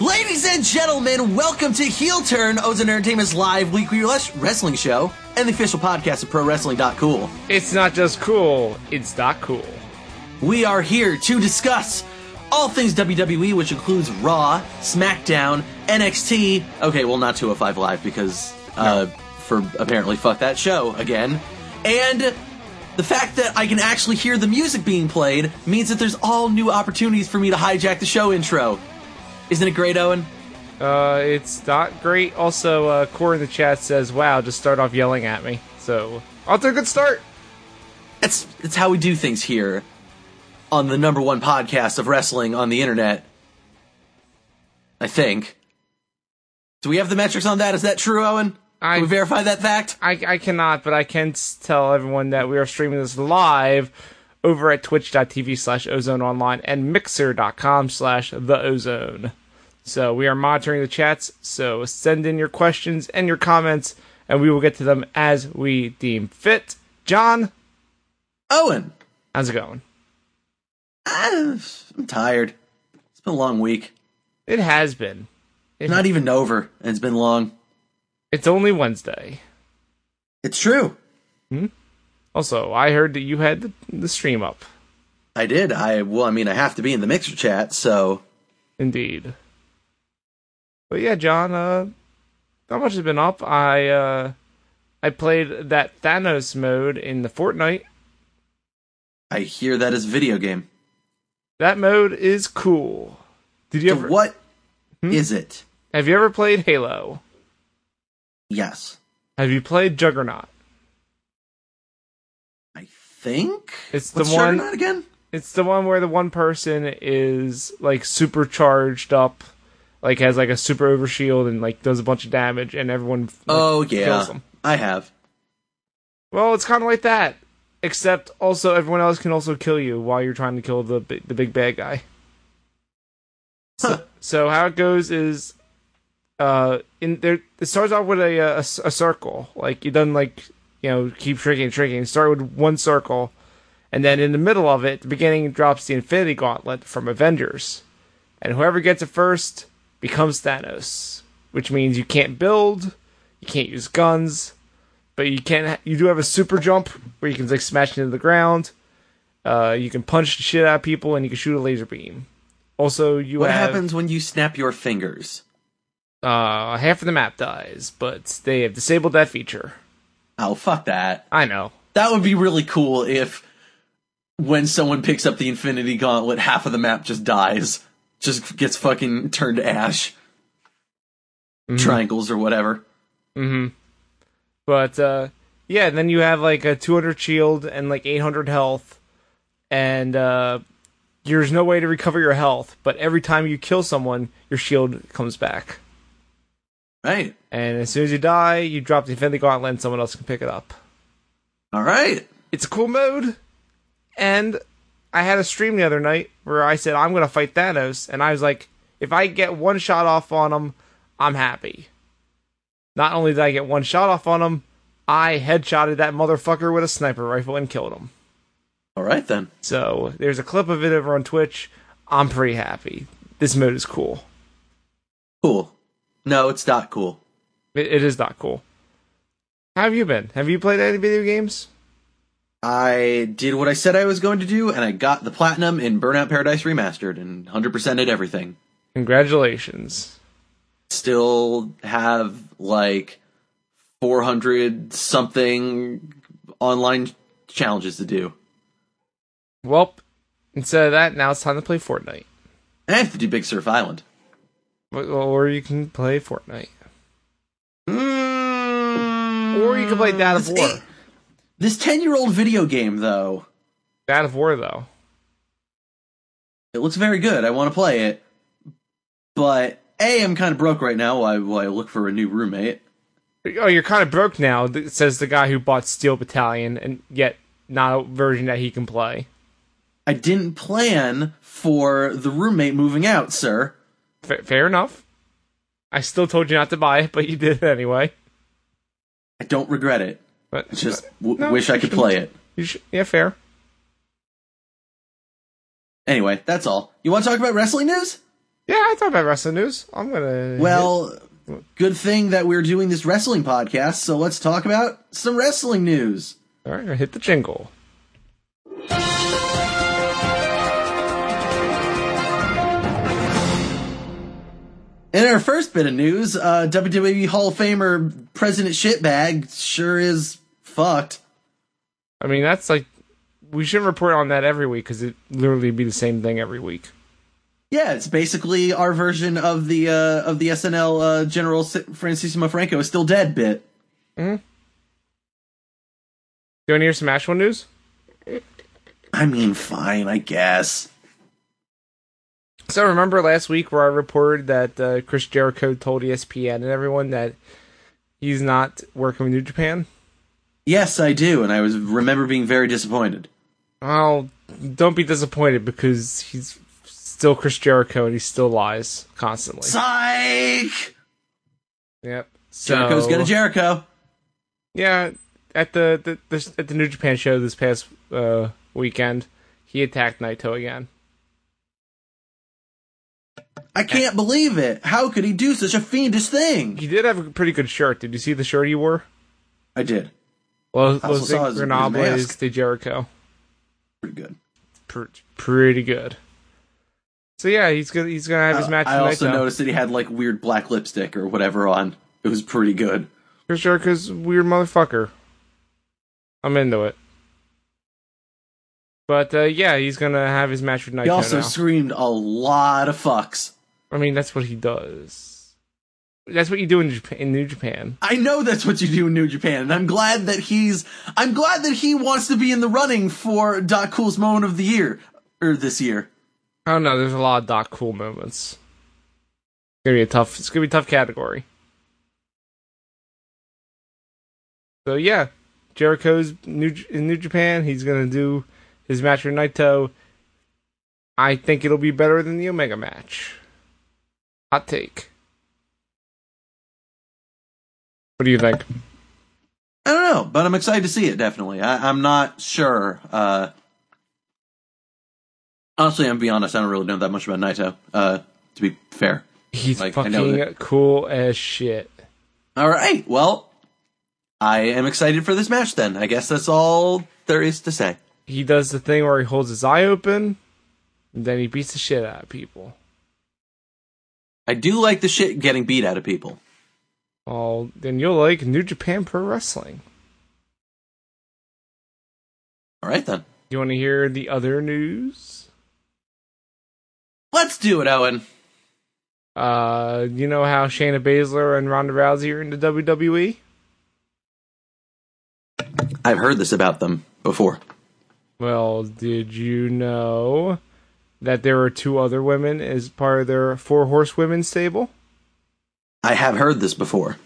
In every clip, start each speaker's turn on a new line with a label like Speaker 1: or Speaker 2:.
Speaker 1: Ladies and gentlemen, welcome to Heel Turn, Ozone Entertainment's live weekly les- wrestling show and the official podcast of ProWrestling.cool.
Speaker 2: It's not just cool, it's not cool.
Speaker 1: We are here to discuss all things WWE, which includes Raw, SmackDown, NXT. Okay, well, not 205 Live because uh, for apparently fuck that show again. And the fact that I can actually hear the music being played means that there's all new opportunities for me to hijack the show intro. Isn't it great, Owen?
Speaker 2: Uh, it's not great. Also, uh, Core in the chat says, wow, just start off yelling at me. So, off to a good start.
Speaker 1: That's that's how we do things here on the number one podcast of wrestling on the internet. I think. Do we have the metrics on that? Is that true, Owen?
Speaker 2: I-
Speaker 1: Can we verify that fact?
Speaker 2: I, I cannot, but I can s- tell everyone that we are streaming this live over at twitch.tv slash ozone online and mixer.com slash the ozone. So we are monitoring the chats, so send in your questions and your comments, and we will get to them as we deem fit. John,
Speaker 1: Owen,
Speaker 2: how's it going?
Speaker 1: ah, I'm tired. It's been a long week.
Speaker 2: It has been.
Speaker 1: Not even over, and it's been long.
Speaker 2: It's only Wednesday.
Speaker 1: It's true.
Speaker 2: Also, I heard that you had the, the stream up.
Speaker 1: I did. I well, I mean, I have to be in the mixer chat, so
Speaker 2: Indeed. But yeah, John, uh not much has been up. I uh I played that Thanos mode in the Fortnite.
Speaker 1: I hear that is a video game.
Speaker 2: That mode is cool. Did you
Speaker 1: So
Speaker 2: ever Hmm?
Speaker 1: what is it?
Speaker 2: have you ever played Halo?
Speaker 1: Yes,
Speaker 2: Have you played Juggernaut?
Speaker 1: I think
Speaker 2: It's the
Speaker 1: What's
Speaker 2: one-
Speaker 1: Juggernaut again.
Speaker 2: It's the one where the one person is like supercharged up, like has like a super overshield and like does a bunch of damage and everyone like,
Speaker 1: Oh yeah,
Speaker 2: kills them.
Speaker 1: I have.
Speaker 2: Well, it's kind of like that, except also everyone else can also kill you while you're trying to kill the bi- the big bad guy.
Speaker 1: Huh.
Speaker 2: So how it goes is, uh, in there it starts off with a a, a circle. Like you done like you know keep shrinking, shrinking. Start with one circle, and then in the middle of it, the beginning drops the Infinity Gauntlet from Avengers, and whoever gets it first becomes Thanos. Which means you can't build, you can't use guns, but you can you do have a super jump where you can like smash into the ground. Uh, you can punch the shit out of people, and you can shoot a laser beam. Also, you
Speaker 1: What
Speaker 2: have
Speaker 1: happens when you snap your fingers?
Speaker 2: uh, half of the map dies, but they have disabled that feature.
Speaker 1: Oh, fuck that.
Speaker 2: I know.
Speaker 1: That would be really cool if when someone picks up the Infinity Gauntlet, half of the map just dies. Just gets fucking turned to ash. Triangles or whatever.
Speaker 2: Mm-hmm. But uh, yeah, then you have like a 200 shield and like 800 health, and uh, there's no way to recover your health. But every time you kill someone, your shield comes back,
Speaker 1: Right.
Speaker 2: and as soon as you die, you drop the Infinity Gauntlet, and someone else can pick it up.
Speaker 1: All right.
Speaker 2: It's a cool mode, and I had a stream the other night where I said I'm gonna fight Thanos, and I was like, if I get one shot off on him, I'm happy. Not only did I get one shot off on him, I headshotted that motherfucker with a sniper rifle and killed him.
Speaker 1: All right then.
Speaker 2: So there's a clip of it over on Twitch. I'm pretty happy. This mode is cool.
Speaker 1: Cool. No, it's not cool.
Speaker 2: It, it is not cool. How have you been? Have you played any video games?
Speaker 1: I did what I said I was going to do, and I got the platinum in Burnout Paradise Remastered and 100%ed everything.
Speaker 2: Congratulations.
Speaker 1: Still have like 400 something online challenges to do.
Speaker 2: Welp, instead of that, now it's time to play Fortnite.
Speaker 1: I have to do Big Surf Island.
Speaker 2: Or- Or you can play Fortnite.
Speaker 1: Mm,
Speaker 2: Or you can play God of War.
Speaker 1: This 10 year old video game, though,
Speaker 2: God of War, though.
Speaker 1: it looks very good. I want to play it. But A, I'm kind of broke right now while I, while I look for a new roommate.
Speaker 2: Oh, you're kind of broke now, th- says the guy who bought Steel Battalion, and yet not a version that he can play.
Speaker 1: I didn't plan for the roommate moving out, sir.
Speaker 2: Fa- fair enough. I still told you not to buy it, but you did it anyway.
Speaker 1: I don't regret it.
Speaker 2: But
Speaker 1: I just w-
Speaker 2: No,
Speaker 1: wish I could play it.
Speaker 2: you should, yeah, fair.
Speaker 1: Anyway, that's all. You want to talk about wrestling news?
Speaker 2: Yeah, I thought about wrestling news. I'm gonna.
Speaker 1: Well, good thing that we're doing this wrestling podcast, so let's talk about some wrestling news.
Speaker 2: all right, hit the jingle.
Speaker 1: In our first bit of news, uh, WWE Hall of Famer President Shitbag sure is fucked.
Speaker 2: I mean, that's like we shouldn't report on that every week because it literally be the same thing every week.
Speaker 1: Yeah, it's basically our version of the uh, of the SNL uh, General Si- Francisco Franco is still dead bit.
Speaker 2: Do you want to hear some actual news?
Speaker 1: I mean, fine, I guess.
Speaker 2: So remember last week where I reported that uh, Chris Jericho told E ESPN and everyone that he's not working with New Japan.
Speaker 1: Yes, I do, and I was remember being very disappointed.
Speaker 2: Well, don't be disappointed because he's still Chris Jericho and he still lies constantly.
Speaker 1: Psych.
Speaker 2: Yep. So
Speaker 1: Jericho's gonna Jericho.
Speaker 2: yeah, at the, the, the at the New Japan show this past uh, weekend, he attacked Naito again.
Speaker 1: I can't believe it. How could he do such a fiendish thing?
Speaker 2: He did have a pretty good shirt. Did you see the shirt he wore?
Speaker 1: I did.
Speaker 2: Well,
Speaker 1: also
Speaker 2: Los
Speaker 1: saw his- his
Speaker 2: Granables
Speaker 1: mask.
Speaker 2: de Jericho.
Speaker 1: Pretty good.
Speaker 2: Pr- pretty good. So yeah, he's gonna he's gonna have his match.
Speaker 1: I
Speaker 2: with
Speaker 1: also
Speaker 2: Naito.
Speaker 1: noticed that he had like weird black lipstick or whatever on. It was pretty good.
Speaker 2: Chris Jericho's a weird motherfucker. I'm into it. But uh, yeah, he's gonna have his match with Naito
Speaker 1: He also
Speaker 2: now.
Speaker 1: screamed a lot of fucks.
Speaker 2: I mean, that's what he does. That's what you do in Japan. In New Japan,
Speaker 1: I know that's what you do in New Japan, and I'm glad that he's. I'm glad that he wants to be in the running for Dot Cool's moment of the year or this year.
Speaker 2: I don't know. Oh, There's a lot of Doc Cool moments. It's gonna be a tough. It's gonna be a tough category. So yeah, Jericho's new J- in New Japan. He's gonna do his match with Naito. I think it'll be better than the Omega match. Hot take. What do you think?
Speaker 1: I don't know, but I'm excited to see it. Definitely, I, I'm not sure. Uh, honestly, I'm gonna be honest. I don't really know that much about Naito. Uh, to be fair.
Speaker 2: He's
Speaker 1: Like, I know
Speaker 2: fucking cool as shit.
Speaker 1: All right. Well, I am excited for this match. Then I guess that's all there is to say.
Speaker 2: He does the thing where he holds his eye open, and then he beats the shit out of people.
Speaker 1: I do like the shit getting beat out of people.
Speaker 2: Oh, then you'll like New Japan Pro Wrestling.
Speaker 1: All right then.
Speaker 2: You want to hear the other news?
Speaker 1: Let's do it, Owen.
Speaker 2: Uh, you know how Shayna Baszler and Ronda Rousey are in the WWE?
Speaker 1: I've heard this about them before.
Speaker 2: Well, did you know that there are two other women as part of their Four Horsewomen stable?
Speaker 1: I have heard this before.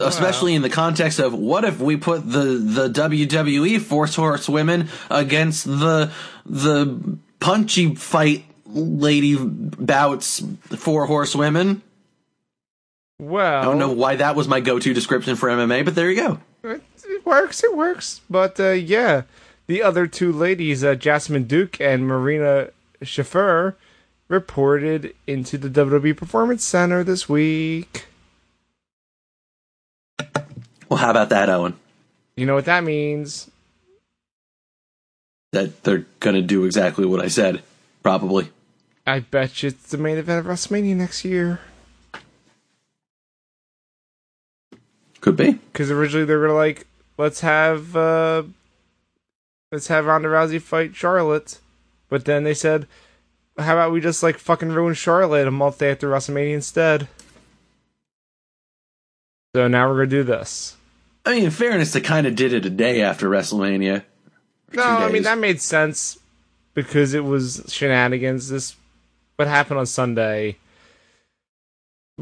Speaker 1: Especially in the context of what if we put the, the WWE Force Horse women against the the punchy fight lady bouts four horse women?
Speaker 2: Well,
Speaker 1: I don't know why that was my go to description for MMA, but there you go.
Speaker 2: It, it works, it works. But uh, yeah, the other two ladies, uh, Jasmine Duke and Marina Shaffer, reported into the WWE Performance Center this week.
Speaker 1: Well, how about that, Owen?
Speaker 2: You know what that means.
Speaker 1: That they're gonna do exactly what I said, probably.
Speaker 2: I bet you it's the main event of WrestleMania next year.
Speaker 1: Could be.
Speaker 2: Because originally they were like, let's have uh, let's have Ronda Rousey fight Charlotte, but then they said, how about we just like fucking ruin Charlotte a month after WrestleMania instead? So now we're gonna do this.
Speaker 1: I mean, in fairness, they kind of did it a day after WrestleMania.
Speaker 2: No, I mean
Speaker 1: days.
Speaker 2: that made sense because it was shenanigans. This what happened on Sunday.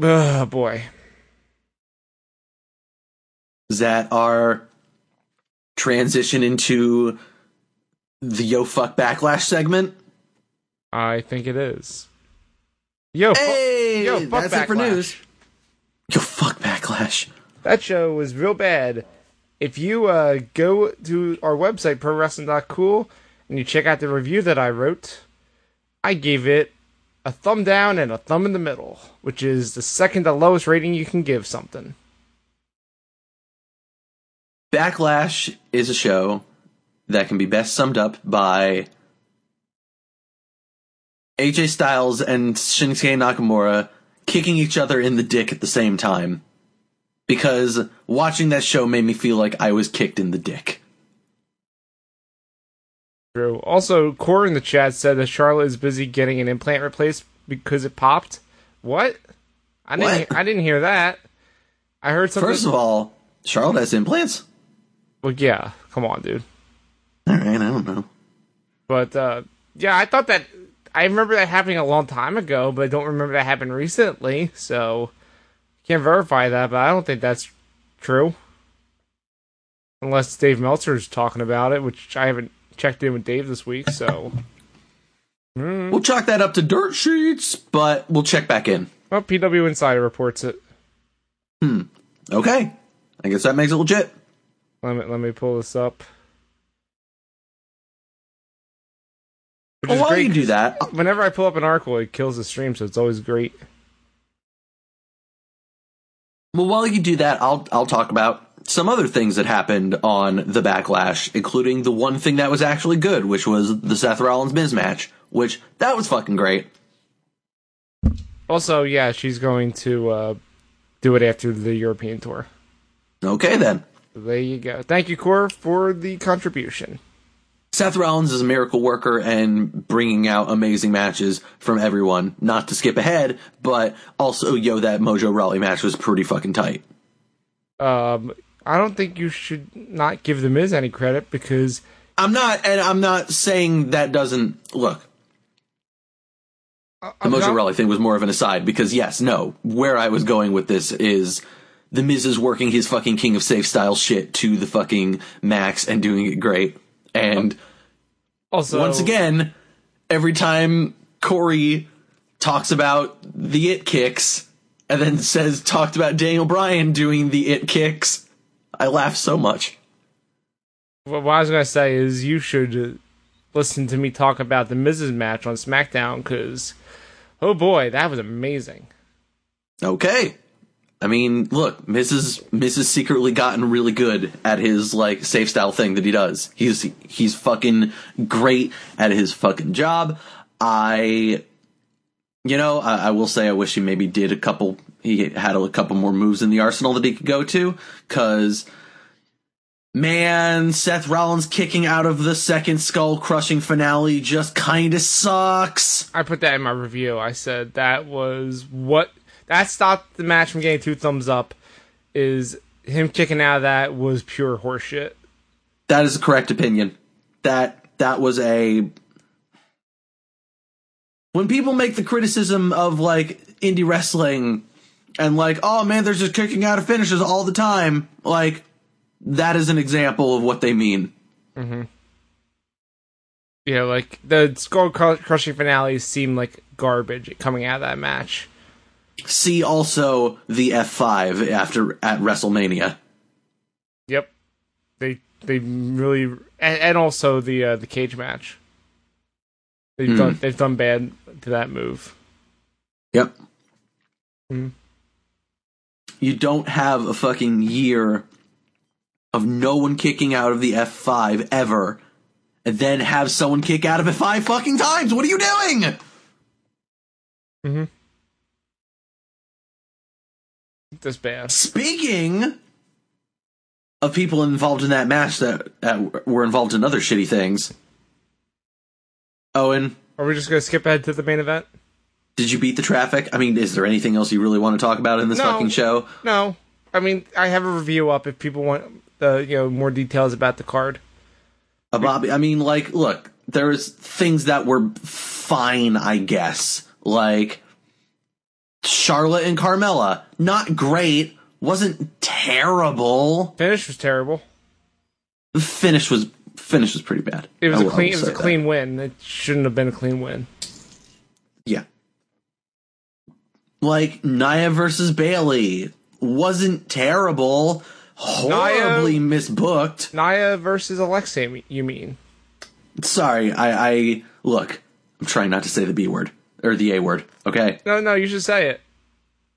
Speaker 2: Oh boy.
Speaker 1: that are transition into the yo fuck backlash segment.
Speaker 2: I think it is. Yo, fu-
Speaker 1: Hey,
Speaker 2: yo, fuck
Speaker 1: that's it for
Speaker 2: Backlash.
Speaker 1: news. Yo fuck backlash.
Speaker 2: That show was real bad. If you uh, go to our website, prowrestling.cool, and you check out the review that I wrote, I gave it a thumb down and a thumb in the middle, which is the second to lowest rating you can give something.
Speaker 1: Backlash is a show that can be best summed up by AJ Styles and Shinsuke Nakamura kicking each other in the dick at the same time. Because watching that show made me feel like I was kicked in the dick.
Speaker 2: True. Also, Core in the chat said that Charlotte is busy getting an implant replaced because it popped. What? I didn't.
Speaker 1: What?
Speaker 2: I didn't hear that. I heard something.
Speaker 1: First of all, Charlotte has implants.
Speaker 2: well, yeah. Come on, dude.
Speaker 1: All right, I don't know.
Speaker 2: But uh, yeah, I thought that I remember that happening a long time ago, but I don't remember that happened recently. So can't verify that, but I don't think that's true. Unless Dave Meltzer's talking about it, which I haven't checked in with Dave this week, so Hmm.
Speaker 1: We'll chalk that up to dirt sheets, but we'll check back in.
Speaker 2: well, PW Insider reports it.
Speaker 1: Okay. I guess that makes it legit.
Speaker 2: Let me let me pull this up. Which
Speaker 1: Well,
Speaker 2: is
Speaker 1: while
Speaker 2: great
Speaker 1: you do that,
Speaker 2: whenever I pull up an article, it kills the stream, so it's always great.
Speaker 1: well, while you do that, I'll I'll talk about some other things that happened on the backlash, including the one thing that was actually good, which was the Seth Rollins Miz match, which that was fucking great.
Speaker 2: Also, yeah, she's going to uh, do it after the European tour.
Speaker 1: Okay then.
Speaker 2: There you go. Thank you, Core, for the contribution.
Speaker 1: Seth Rollins is a miracle worker and bringing out amazing matches from everyone. Not to skip ahead, but also, yo, that Mojo Raleigh match was pretty fucking tight.
Speaker 2: Um, I don't think you should not give the Miz any credit because
Speaker 1: I'm not, and I'm not saying that doesn't look.
Speaker 2: uh,
Speaker 1: The
Speaker 2: I'm
Speaker 1: Mojo
Speaker 2: not-
Speaker 1: Raleigh thing was more of an aside because yes, no, where I was going with this is the Miz is working his fucking King of Safe style shit to the fucking max and doing it great. And
Speaker 2: also
Speaker 1: once again, every time Corey talks about the it kicks and then says talked about Daniel Bryan doing the it kicks, I laugh so much.
Speaker 2: What what I was gonna say is you should uh, listen to me talk about the Miz's match on SmackDown because, oh boy, that was amazing.
Speaker 1: Okay. I mean, look, Mrs. Mrs. secretly gotten really good at his like safe style thing that he does. He's he's fucking great at his fucking job. I, you know, I, I will say I wish he maybe did a couple. He had a couple more moves in the arsenal that he could go to because. Man, Seth Rollins kicking out of the second skull crushing finale just kinda sucks.
Speaker 2: I put that in my review. I said that was what that stopped the match from getting two thumbs up. Is him kicking out of that was pure horseshit.
Speaker 1: That is the correct opinion. That that was a when people make the criticism of like indie wrestling and like, oh man, they're just kicking out of finishes all the time, like that is an example of what they mean.
Speaker 2: Yeah, like the skull cru- crushing finale seemed like garbage coming out of that match.
Speaker 1: See also the F five after at WrestleMania.
Speaker 2: Yep, they they really and, and also the uh, the cage match. They've
Speaker 1: Hmm.
Speaker 2: done they've done bad to that move.
Speaker 1: Yep.
Speaker 2: Mm.
Speaker 1: You don't have a fucking year of no one kicking out of the F5 ever, and then have someone kick out of it five fucking times. What are you doing?
Speaker 2: That's bad.
Speaker 1: Speaking of people involved in that match that uh, were involved in other shitty things, Owen,
Speaker 2: Are we just gonna skip ahead to the main event?
Speaker 1: did you beat the traffic? I mean, is there anything else you really want to talk about in this
Speaker 2: No.
Speaker 1: fucking show?
Speaker 2: No, I mean I have a review up if people want uh, you know more details about the card.
Speaker 1: a Uh, Bobby. I mean, like, look, there's things that were fine, I guess. Like Charlotte and Carmella, not great, wasn't terrible.
Speaker 2: Finish was terrible.
Speaker 1: The finish was finish was pretty bad.
Speaker 2: It was
Speaker 1: I
Speaker 2: a
Speaker 1: will- I
Speaker 2: clean
Speaker 1: will
Speaker 2: it was a
Speaker 1: say that.
Speaker 2: clean win. It shouldn't have been a clean win.
Speaker 1: Yeah. Like Nia versus Bailey wasn't terrible. Horribly misbooked.
Speaker 2: Naya versus Alexei, you mean?
Speaker 1: Sorry, I, I look. I'm trying not to say the B word. or the A word. Okay.
Speaker 2: No, no, you should say it.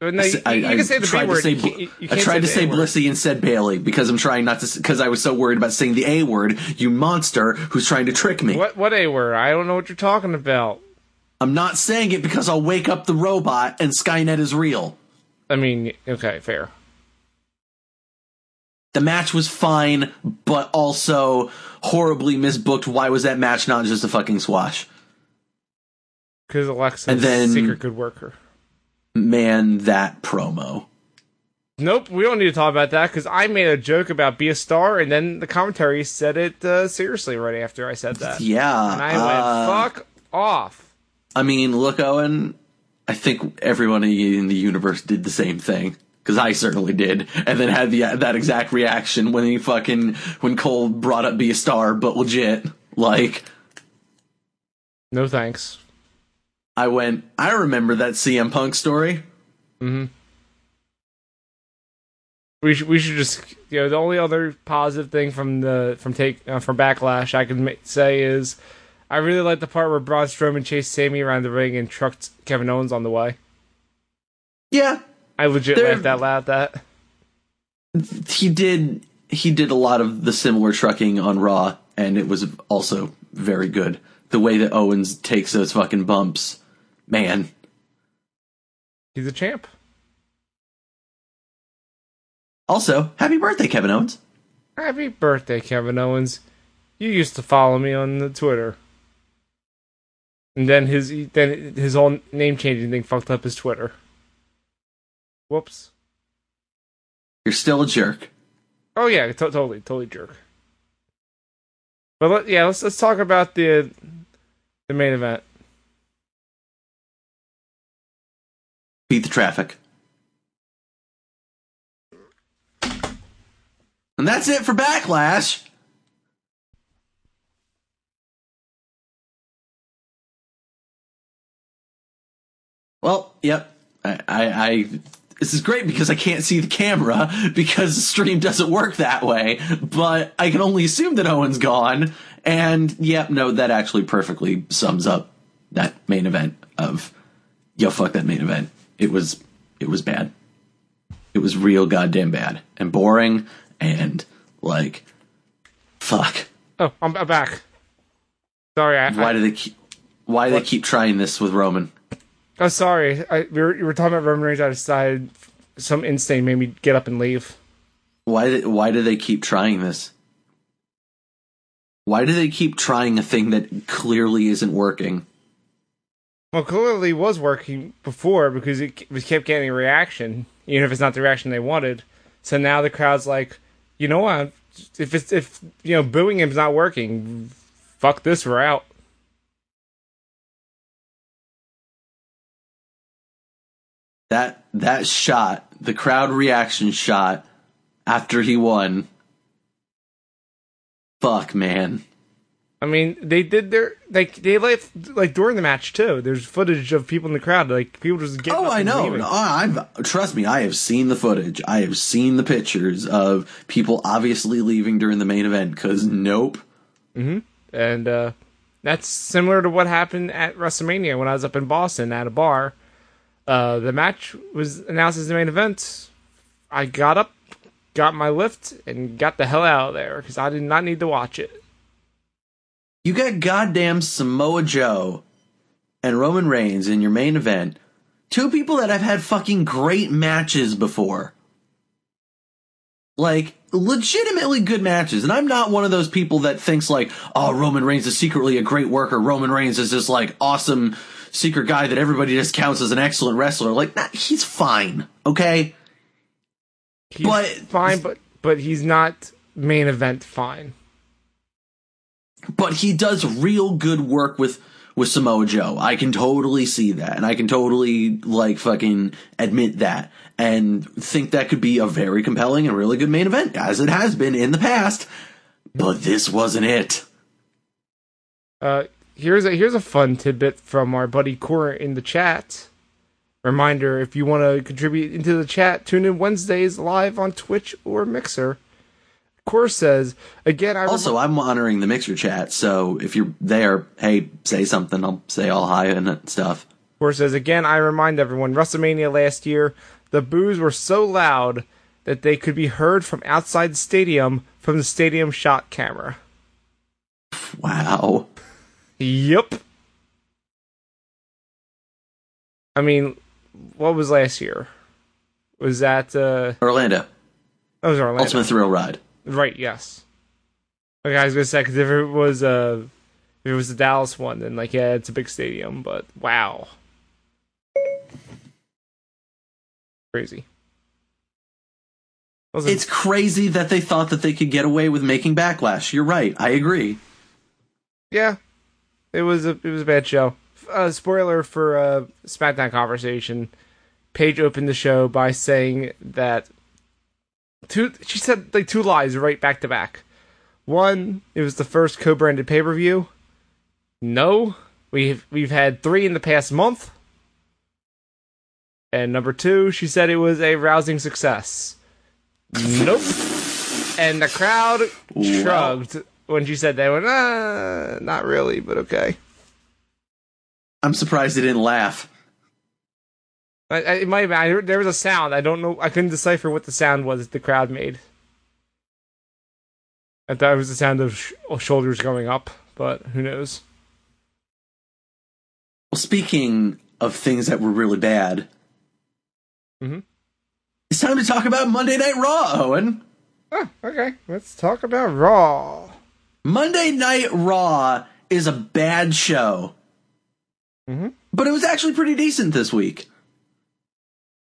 Speaker 2: But No, you,
Speaker 1: I,
Speaker 2: you
Speaker 1: I
Speaker 2: can say the
Speaker 1: tried
Speaker 2: B word.
Speaker 1: to say,
Speaker 2: you can't, you- you
Speaker 1: I
Speaker 2: can't
Speaker 1: tried to
Speaker 2: the
Speaker 1: say
Speaker 2: A word.
Speaker 1: Blissy and said Bailey because I'm trying not to because I was so worried about saying the A word. You monster who's trying to trick me.
Speaker 2: What what a word? I don't know what you're talking about.
Speaker 1: I'm not saying it because I'll wake up the robot and Skynet is real.
Speaker 2: I mean, okay, fair.
Speaker 1: The match was fine, but also horribly misbooked. Why was that match not just a fucking squash?
Speaker 2: Because Alexa's
Speaker 1: And then-
Speaker 2: a secret good worker.
Speaker 1: Man, that promo.
Speaker 2: Nope, we don't need to talk about that because I made a joke about be a star, and then the commentary said it uh, seriously right after I said that.
Speaker 1: Yeah.
Speaker 2: And I
Speaker 1: uh,
Speaker 2: went, fuck off.
Speaker 1: I mean, look, Owen, I think everyone in the universe did the same thing. Because I certainly did, and then had the that exact reaction when he fucking when Cole brought up "Be a Star," but legit, like
Speaker 2: No thanks.
Speaker 1: I went, I remember that CM Punk story.
Speaker 2: We should, we should just you know the only other positive thing from the from take uh, from backlash I can ma- say is I really like the part where Braun Strowman chased Sammy around the ring and trucked Kevin Owens on the way.
Speaker 1: Yeah,
Speaker 2: I legit
Speaker 1: There-
Speaker 2: laughed out loud at that.
Speaker 1: he did. He did a lot of the similar trucking on Raw, and it was also very good. The way that Owens takes those fucking bumps, man.
Speaker 2: He's a champ.
Speaker 1: Also, happy birthday, Kevin Owens.
Speaker 2: Happy birthday, Kevin Owens. You used to follow me on the Twitter. And then his then his whole name changing thing fucked up his Twitter. Whoops.
Speaker 1: You're still a jerk.
Speaker 2: Oh yeah, to- totally, totally jerk. But let, yeah, let's let's talk about the the main event.
Speaker 1: Beat the traffic. And that's it for Backlash. Well, yep. I, I, I this is great because I can't see the camera because the stream doesn't work that way. But I can only assume that Owen's gone. And yep, no, that actually perfectly sums up that main event of yo fuck that main event. It was it was bad. It was real goddamn bad and boring and like fuck.
Speaker 2: Oh, I'm, I'm back. Sorry, I,
Speaker 1: Why
Speaker 2: I,
Speaker 1: do they keep why do they keep trying this with Roman?
Speaker 2: I'm sorry. I, we, were, we were talking about Roman Reigns. I decided some instinct made me get up and leave.
Speaker 1: Why th- why do they keep trying this? Why do they keep trying a thing that clearly isn't working?
Speaker 2: Well, clearly it was working before because it ke- kept getting a reaction, even if it's not the reaction they wanted. So now the crowd's like, you know what? If it's if you know booing him's not working, fuck this, we're out.
Speaker 1: That that shot, the crowd reaction shot after he won. Fuck, man.
Speaker 2: I mean, they did their like they left like during the match too. There's footage of people in the crowd, like people just getting.
Speaker 1: Oh,
Speaker 2: up
Speaker 1: I
Speaker 2: and
Speaker 1: know.
Speaker 2: leaving.
Speaker 1: No, I- I've trust me. I have seen the footage. I have seen the pictures of people obviously leaving during the main event. Because nope,
Speaker 2: and uh, that's similar to what happened at WrestleMania when I was up in Boston at a bar. Uh, the match was announced as the main event. I got up, got my lift, and got the hell out of there because I did not need to watch it.
Speaker 1: you got goddamn Samoa Joe and Roman Reigns in your main event. Two people that have had fucking great matches before. Like legitimately good matches, and I'm not one of those people that thinks like, "Oh, Roman Reigns is secretly a great worker. Roman Reigns is this like awesome secret guy that everybody just counts as an excellent wrestler." Like, nah, he's fine, okay.
Speaker 2: He's
Speaker 1: But-
Speaker 2: fine, but but he's not main event fine.
Speaker 1: but he does real good work with with Samoa Joe. I can totally see that, and I can totally like fucking admit that, and think that could be a very compelling and really good main event, as it has been in the past. But this wasn't it.
Speaker 2: Uh, here's a here's a fun tidbit from our buddy Cora in the chat. Reminder: If you want to contribute into the chat, tune in Wednesdays live on Twitch or Mixer. Cora says again. I
Speaker 1: Also, I'm honoring the mixer chat, so if you're there, hey, say something. I'll say all hi and stuff.
Speaker 2: Gore says again, I remind everyone, WrestleMania last year, the boos were so loud that they could be heard from outside the stadium from the stadium shot camera.
Speaker 1: Wow.
Speaker 2: Yep. I mean, what was last year? Was that uh
Speaker 1: Orlando.
Speaker 2: that was Orlando?
Speaker 1: Ultimate Thrill Ride.
Speaker 2: Right. Yes. Okay, I was gonna say because if it was uh if it was the Dallas one, then like yeah, it's a big stadium, but wow, crazy. Wasn't-
Speaker 1: It's crazy that they thought that they could get away with making backlash. You're right. I agree.
Speaker 2: yeah, it was a it was a bad show. F- Uh, spoiler for uh, SmackDown conversation. Paige opened the show by saying that two. She said like two lies right back to back. One, it was the first co-branded pay-per-view. No, we've we've had three in the past month. And number two, she said it was a rousing success. Nope. And the crowd shrugged when she said that. They Went, ah, not really, but okay.
Speaker 1: I'm surprised they didn't laugh.
Speaker 2: I, I, it might have been, I heard, there was a sound. I don't know. I couldn't decipher what the sound was that the crowd made. I thought it was the sound of sh- of shoulders going up, but who knows?
Speaker 1: Well, speaking of things that were really bad,
Speaker 2: Mhm.
Speaker 1: it's time to talk about Monday Night Raw, Owen.
Speaker 2: Ah, okay, let's talk about Raw.
Speaker 1: Monday Night Raw is a bad show,
Speaker 2: Mhm.
Speaker 1: but it was actually pretty decent this week.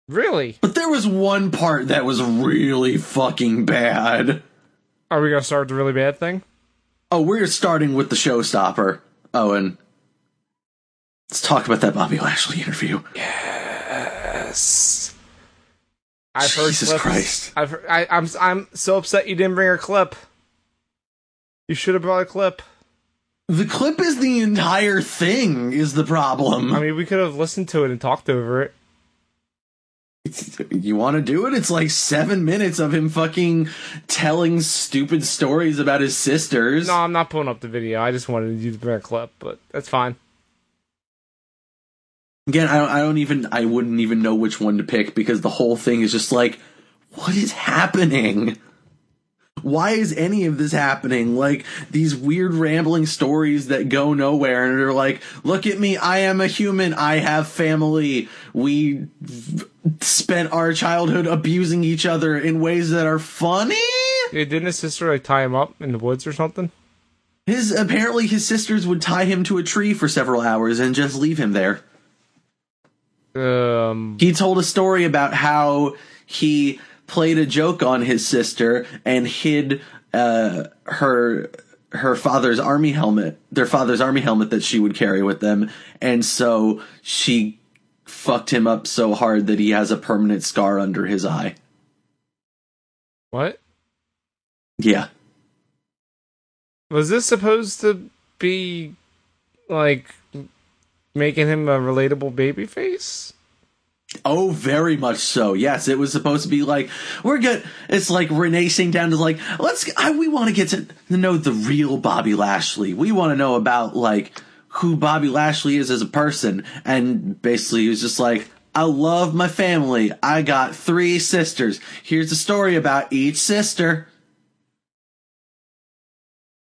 Speaker 2: Really?
Speaker 1: But there was one part that was really fucking bad.
Speaker 2: Are we gonna start with the really bad thing?
Speaker 1: Oh, we're starting with the showstopper, Owen. Let's talk about that Bobby Lashley interview.
Speaker 2: Yes. I've heard
Speaker 1: Jesus
Speaker 2: clips.
Speaker 1: Christ.
Speaker 2: I've heard, I, I'm I'm so upset you didn't bring a clip. You should have brought a clip.
Speaker 1: The clip is the entire thing is the problem.
Speaker 2: I mean, we could have listened to it and talked over it.
Speaker 1: you want to do it? It's like seven minutes of him fucking telling stupid stories about his sisters.
Speaker 2: No, I'm not pulling up the video. I just wanted you to bring a clip, but that's fine.
Speaker 1: Again, I don't, I don't even, I wouldn't even know which one to pick because the whole thing is just like, what is happening? Why is any of this happening? Like these weird rambling stories that go nowhere and are like, look at me, I am a human, I have family. We v- spent our childhood abusing each other in ways that are funny.
Speaker 2: Yeah, didn't his sister like tie him up in the woods or something?
Speaker 1: His apparently his sisters would tie him to a tree for several hours and just leave him there.
Speaker 2: Um,
Speaker 1: he told a story about how he played a joke on his sister and hid uh, her her father's army helmet, their father's army helmet that she would carry with them, and so she fucked him up so hard that he has a permanent scar under his eye.
Speaker 2: what
Speaker 1: Yeah,
Speaker 2: was this supposed to be like making him a relatable baby face?
Speaker 1: Oh, very much so. Yes, it was supposed to be like we're good. It's like renacing down to like let's. I, we want to get to know the real Bobby Lashley. We want to know about like who Bobby Lashley is as a person. And basically, he was just like, I love my family. I got three sisters. Here's a story about each sister.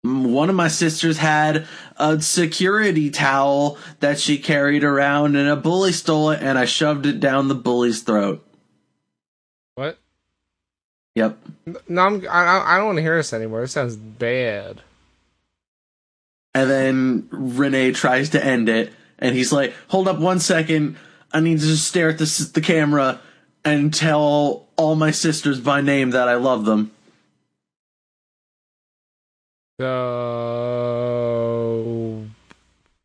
Speaker 1: One of my sisters had a security towel that she carried around, and a bully stole it, and I shoved it down the bully's throat.
Speaker 2: What?
Speaker 1: Yep.
Speaker 2: No, I'm, I- I I don't want to hear this anymore. This sounds bad.
Speaker 1: And then Renee tries to end it, and he's like, "Hold up one second. I need to just stare at the s- the camera and tell all my sisters by name that I love them."
Speaker 2: So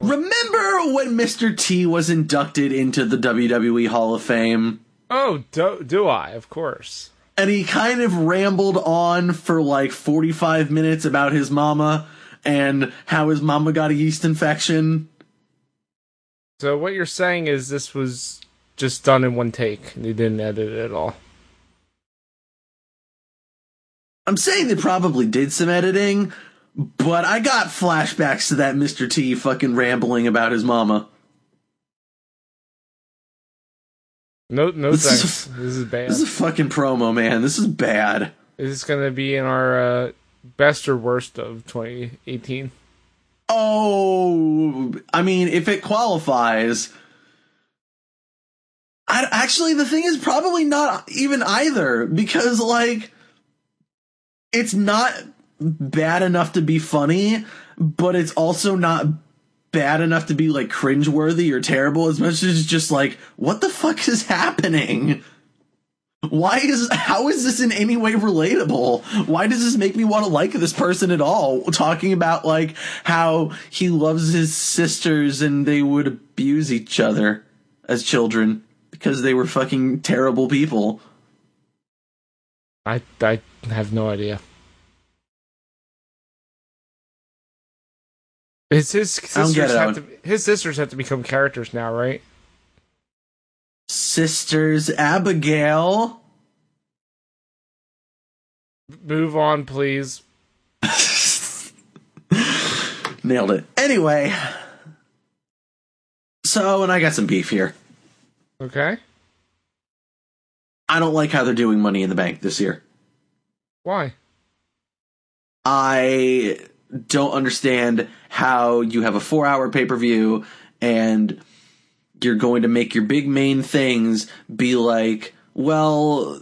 Speaker 1: Remember when Mr. T was inducted into the WWE Hall of Fame?
Speaker 2: oh, do do I? Of course.
Speaker 1: and he kind of rambled on for like 45 minutes about his mama and how his mama got a yeast infection.
Speaker 2: So what you're saying is this was just done in one take. and They didn't edit it at all.
Speaker 1: I'm saying they probably did some editing, but I got flashbacks to that Mr. T fucking rambling about his mama.
Speaker 2: No, no
Speaker 1: This is
Speaker 2: thanks. this is bad.
Speaker 1: This is a fucking promo, man. This is bad.
Speaker 2: Is this going to be in our uh, best or worst of 2018?
Speaker 1: Oh, I mean, if it qualifies, I actually the thing is probably not even either because like it's not bad enough to be funny, but it's also not bad enough to be like cringeworthy or terrible as much as just like what the fuck is happening. Why is how is this in any way relatable? Why does this make me want to like this person at all? Talking about like how he loves his sisters and they would abuse each other as children because they were fucking terrible people.
Speaker 2: I, I have no idea. His, his
Speaker 1: I don't
Speaker 2: sisters
Speaker 1: get it,
Speaker 2: have to, his sisters have to become characters now, right?
Speaker 1: Sisters Abigail.
Speaker 2: Move on, please.
Speaker 1: Nailed it. Anyway. So, and I got some beef here.
Speaker 2: Okay.
Speaker 1: I don't like how they're doing money in the bank this year.
Speaker 2: Why?
Speaker 1: I don't understand how you have a four hour pay per view and you're going to make your big main things be like, well,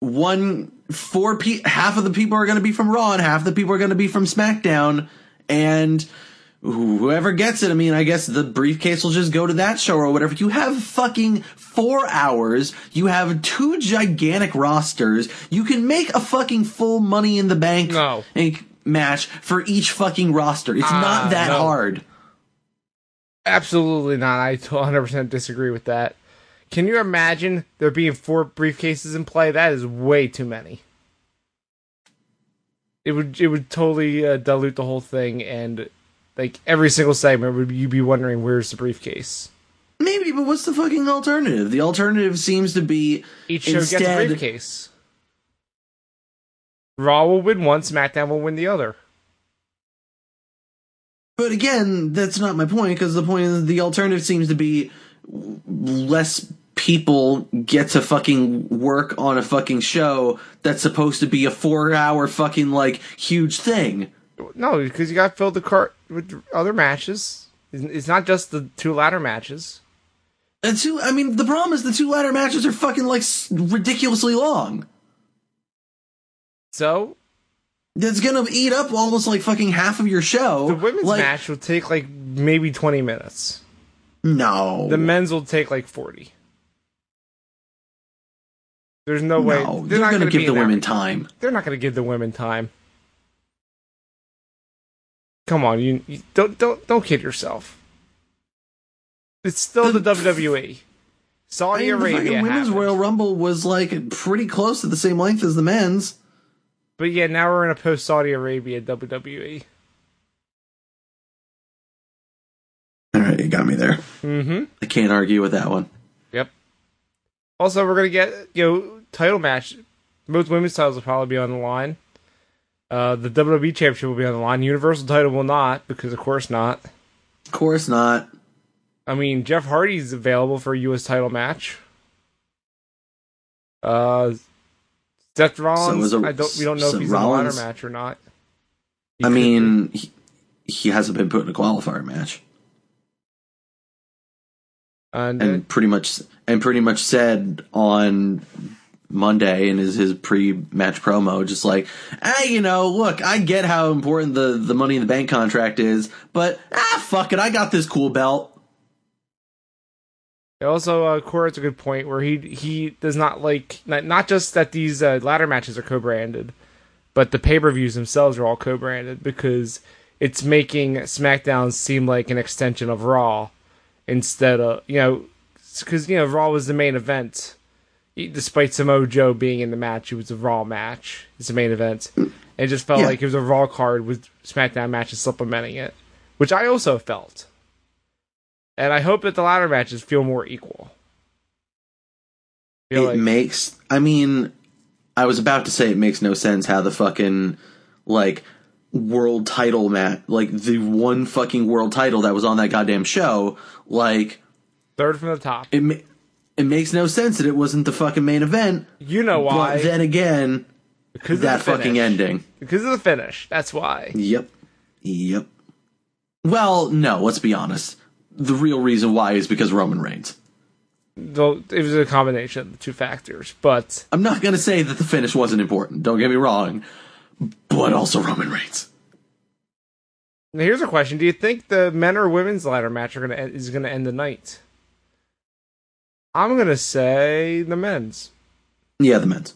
Speaker 1: one, four, pe- half of the people are going to be from Raw and half the people are going to be from SmackDown. And whoever gets it, I mean, I guess the briefcase will just go to that show or whatever. You have fucking four hours. You have two gigantic rosters. You can make a fucking full money in the bank
Speaker 2: No.
Speaker 1: eh, match for each fucking roster. It's
Speaker 2: Ah,
Speaker 1: not that
Speaker 2: no.
Speaker 1: hard.
Speaker 2: Absolutely not. I 100% disagree with that. Can you imagine there being four briefcases in play? That is way too many. It would it would totally uh, dilute the whole thing, and like every single segment, would you be wondering where's the briefcase?
Speaker 1: Maybe, but what's the fucking alternative? The alternative seems to be
Speaker 2: Each show gets a
Speaker 1: Instead-
Speaker 2: briefcase. Raw will win one, SmackDown will win the other.
Speaker 1: But again, that's not my point because the point is the alternative seems to be w- less people get to fucking work on a fucking show that's supposed to be a four hour fucking like huge thing.
Speaker 2: No, because you got to fill the cart with other matches. It's- It's not just the two ladder matches.
Speaker 1: And two, I mean, the problem is the two ladder matches are fucking like s- ridiculously long.
Speaker 2: So
Speaker 1: That's gonna eat up almost like fucking half of your show.
Speaker 2: The women's
Speaker 1: like,
Speaker 2: match will take like maybe 20 minutes.
Speaker 1: No.
Speaker 2: The men's will take like 40. There's no, way.
Speaker 1: no,
Speaker 2: oh, They're,
Speaker 1: they're,
Speaker 2: not
Speaker 1: gonna,
Speaker 2: going to
Speaker 1: give the women time.
Speaker 2: They're not going to give the women time. Come on, you, you don't don't don't kid yourself. It's still the,
Speaker 1: The-
Speaker 2: WWE.
Speaker 1: I
Speaker 2: Saudi
Speaker 1: mean, the
Speaker 2: Arabia
Speaker 1: fucking women's
Speaker 2: happened.
Speaker 1: Royal Rumble was like pretty close to the same length as the men's.
Speaker 2: But yeah, now we're in a post Saudi Arabia E. WWE.
Speaker 1: All right, you got me there.
Speaker 2: Mm-hmm.
Speaker 1: I can't argue with that one.
Speaker 2: Yep. Also, we're gonna get you know title match. Both women's titles will probably be on the line. Uh, the WWE Championship will be on the line. Universal title will not, because of course not.
Speaker 1: Of course not.
Speaker 2: I mean, Jeff Hardy's available for a U.S. title match. Uh, Seth Rollins.
Speaker 1: So is a-
Speaker 2: I don't. We don't know
Speaker 1: so
Speaker 2: if he's
Speaker 1: Rollins-
Speaker 2: in a ladder match or not. He
Speaker 1: I
Speaker 2: could be.
Speaker 1: mean, he, he hasn't been put in a qualifier match,
Speaker 2: and, uh,
Speaker 1: and pretty much and pretty much said on Monday in his his pre-match promo, just like, ah, you know, look, I get how important the the Money in the Bank contract is, but ah, fuck it, I got this cool belt.
Speaker 2: Also, uh, Cora's a good point where he he does not like not, not just that these uh, ladder matches are co-branded, but the pay-per-views themselves are all co-branded because it's making SmackDown seem like an extension of Raw instead of you know because you know Raw was the main event, E- despite Samoa Joe being in the match, it was a Raw match. It's the main event. It just felt
Speaker 1: Yeah.
Speaker 2: like it was a Raw card with SmackDown matches supplementing it, which I also felt. And I hope that the ladder matches feel more equal.
Speaker 1: It
Speaker 2: Feel like-
Speaker 1: makes. I mean, I was about to say it makes no sense how the fucking like world title mat, like the one fucking world title that was on that goddamn show, like
Speaker 2: third from the top.
Speaker 1: it ma- It makes no sense that it wasn't the fucking main event.
Speaker 2: You know why?
Speaker 1: But then again,
Speaker 2: because of
Speaker 1: that
Speaker 2: the finish.
Speaker 1: fucking ending.
Speaker 2: Because of the finish. That's why.
Speaker 1: Yep. Yep. Well, no, let's be honest. The real reason why is because Roman Reigns.
Speaker 2: Though It was a combination of the two factors, but
Speaker 1: I'm not going to say that the finish wasn't important. Don't get me wrong. But also Roman Reigns.
Speaker 2: Now, here's a question: Do you think the men or women's ladder match are gonna end, is gonna end the night? I'm gonna say the men's
Speaker 1: Yeah, the men's.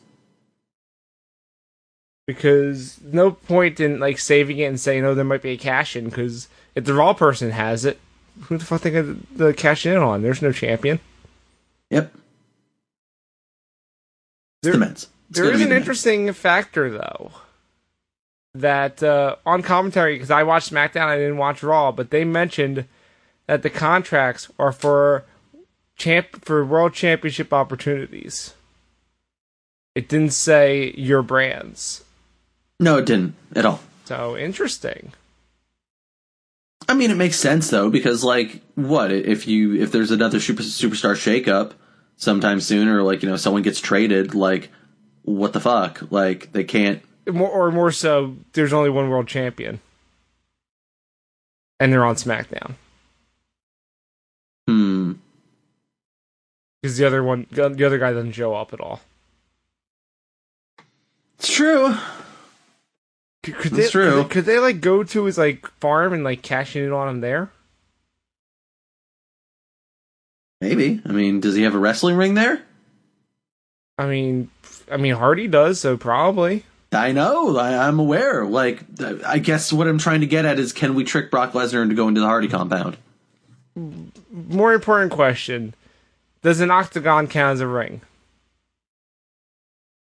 Speaker 2: because no point in like saving it and saying oh there might be a cash in because if the raw person has it, who the fuck they gonna the cash in on? There's no champion.
Speaker 1: Yep. It's
Speaker 2: There-
Speaker 1: the men's. It's
Speaker 2: There
Speaker 1: gonna
Speaker 2: is
Speaker 1: be
Speaker 2: an
Speaker 1: the men's.
Speaker 2: interesting factor though that uh, on commentary because I watched SmackDown, I didn't watch Raw, but they mentioned that the contracts are for champ for World Championship opportunities. It didn't say your brands,
Speaker 1: No, it didn't at all.
Speaker 2: so interesting.
Speaker 1: I mean, it makes sense though because like what if you if there's another super, superstar shakeup sometime soon or like you know someone gets traded like what the fuck like they can't
Speaker 2: More or more so, there's only one world champion, and they're on SmackDown
Speaker 1: hmm
Speaker 2: because the other one, the other guy doesn't show up at all.
Speaker 1: it's true
Speaker 2: Could, could
Speaker 1: That's
Speaker 2: they,
Speaker 1: true.
Speaker 2: Could, could they like go to his like farm and like cash in on him there?
Speaker 1: maybe I mean does he have a wrestling ring there
Speaker 2: I mean, I mean Hardy does, so probably.
Speaker 1: I know I, I'm aware like I guess what I'm trying to get at is can we trick Brock Lesnar into going to the Hardy compound
Speaker 2: More important question: Does an octagon count as a ring?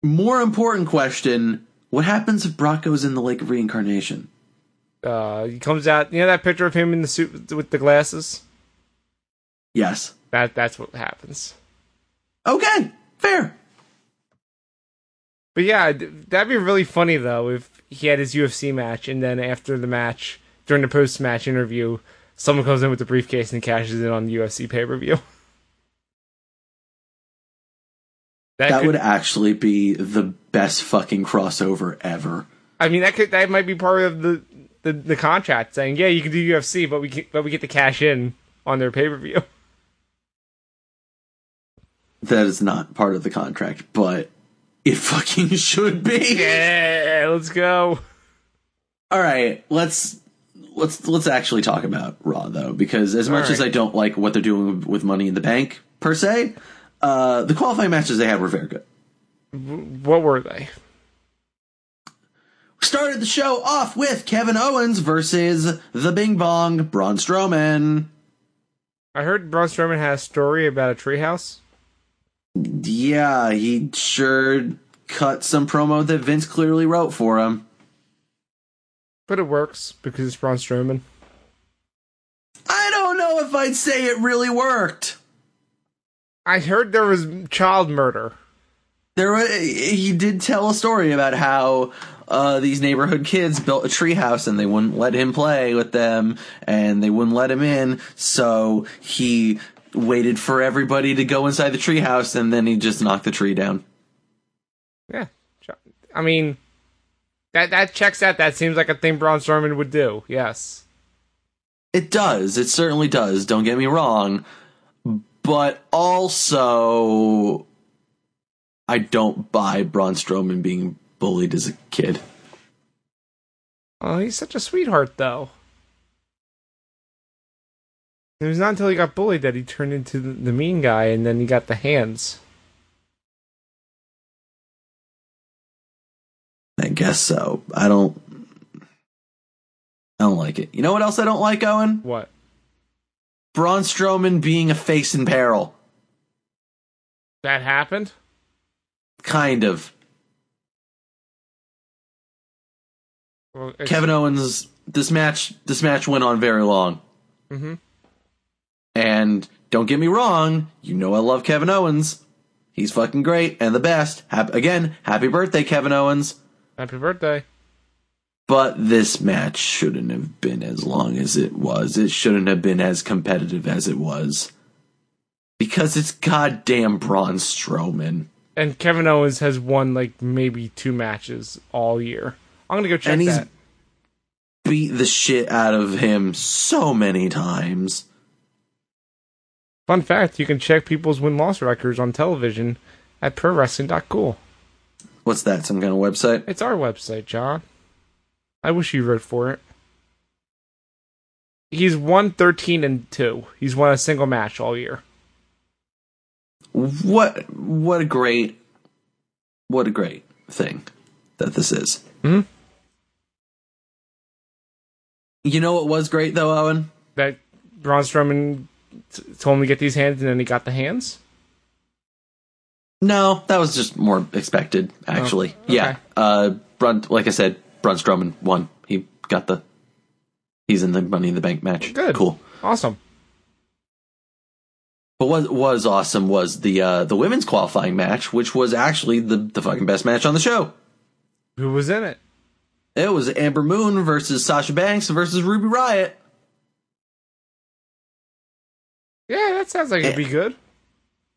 Speaker 1: more important question what happens if Brock goes in the Lake of Reincarnation
Speaker 2: Uh, he comes out. You know that picture of him in the suit with- with the glasses.
Speaker 1: yes
Speaker 2: That that's what happens.
Speaker 1: okay fair
Speaker 2: But yeah, th- that'd be really funny though if he had his UFC match and then after the match, during the post-match interview, someone comes in with the briefcase and cashes in on the UFC pay-per-view. That,
Speaker 1: That
Speaker 2: could,
Speaker 1: would actually be the best fucking crossover ever.
Speaker 2: I mean, that could that might be part of the the, the contract saying, yeah, you can do UFC, but we can, but we get to cash in on their pay-per-view.
Speaker 1: That is not part of the contract, but it fucking should be.
Speaker 2: yeah, let's go.
Speaker 1: All right, let's let's let's actually talk about Raw though, because as much as
Speaker 2: right.
Speaker 1: I don't like what they're doing with Money in the Bank per se, uh, the qualifying matches they had were very good.
Speaker 2: What were they?
Speaker 1: Started the show off with Kevin Owens versus the Bing Bong Braun Strowman.
Speaker 2: I heard Braun Strowman had a story about a treehouse.
Speaker 1: Yeah, he sure cut some promo that Vince clearly wrote for him.
Speaker 2: But it works because it's Braun Strowman.
Speaker 1: I don't know if I'd say it really worked.
Speaker 2: I heard there was child murder.
Speaker 1: There, wa- he did tell a story about how uh, these neighborhood kids built a treehouse and they wouldn't let him play with them, and they wouldn't let him in. So he waited for everybody to go inside the treehouse, and then he just knocked the tree down.
Speaker 2: Yeah, chi- I mean, that that checks out. That seems like a thing Braun Strowman would do. Yes,
Speaker 1: It does. It certainly does. Don't get me wrong, but also, I don't buy Braun Strowman being bullied as a kid.
Speaker 2: oh, he's such a sweetheart though. It was not until he got bullied that he turned into the, the mean guy, and then he got the hands.
Speaker 1: I guess so. I don't. I don't like it. You know what else I don't like, Owen?
Speaker 2: What?
Speaker 1: Braun Strowman being a face in peril.
Speaker 2: That happened?
Speaker 1: Kind of.
Speaker 2: Well, it's-
Speaker 1: Kevin Owens. This match. This match went on very long.
Speaker 2: Mhm.
Speaker 1: And don't get me wrong. You know I love Kevin Owens. He's fucking great and the best. Hap- again, happy birthday, Kevin Owens.
Speaker 2: Happy birthday.
Speaker 1: But this match shouldn't have been as long as it was. It shouldn't have been as competitive as it was. because it's goddamn Braun Strowman.
Speaker 2: And Kevin Owens has won like maybe two matches all year. I'm gonna go check
Speaker 1: And he's-
Speaker 2: that.
Speaker 1: Beat the shit out of him so many times.
Speaker 2: Fun fact: you can check people's win-loss records on television at ProWrestling.cool.
Speaker 1: What's that? Some kind of website?
Speaker 2: It's our website, John. I wish you wrote for it. He's won 13 and 2. He's won a single match all year.
Speaker 1: What? What a great, what a great thing that this is.
Speaker 2: Mhm.
Speaker 1: You know what was great though, Owen?
Speaker 2: That Braun Strowman t- told him to get these hands, and then he got the hands.
Speaker 1: No, that was just more expected, actually. Yeah.
Speaker 2: Oh, okay.
Speaker 1: Uh, Brun, like I said, Brun Strowman won. He got the. He's in the Money in the Bank match.
Speaker 2: Good.
Speaker 1: Cool.
Speaker 2: Awesome.
Speaker 1: But what was awesome was the uh, the women's qualifying match, which was actually the the fucking best match on the show.
Speaker 2: Who was in it?
Speaker 1: It was Amber Moon versus Sasha Banks versus Ruby Riot.
Speaker 2: Yeah, that sounds like it'd be good.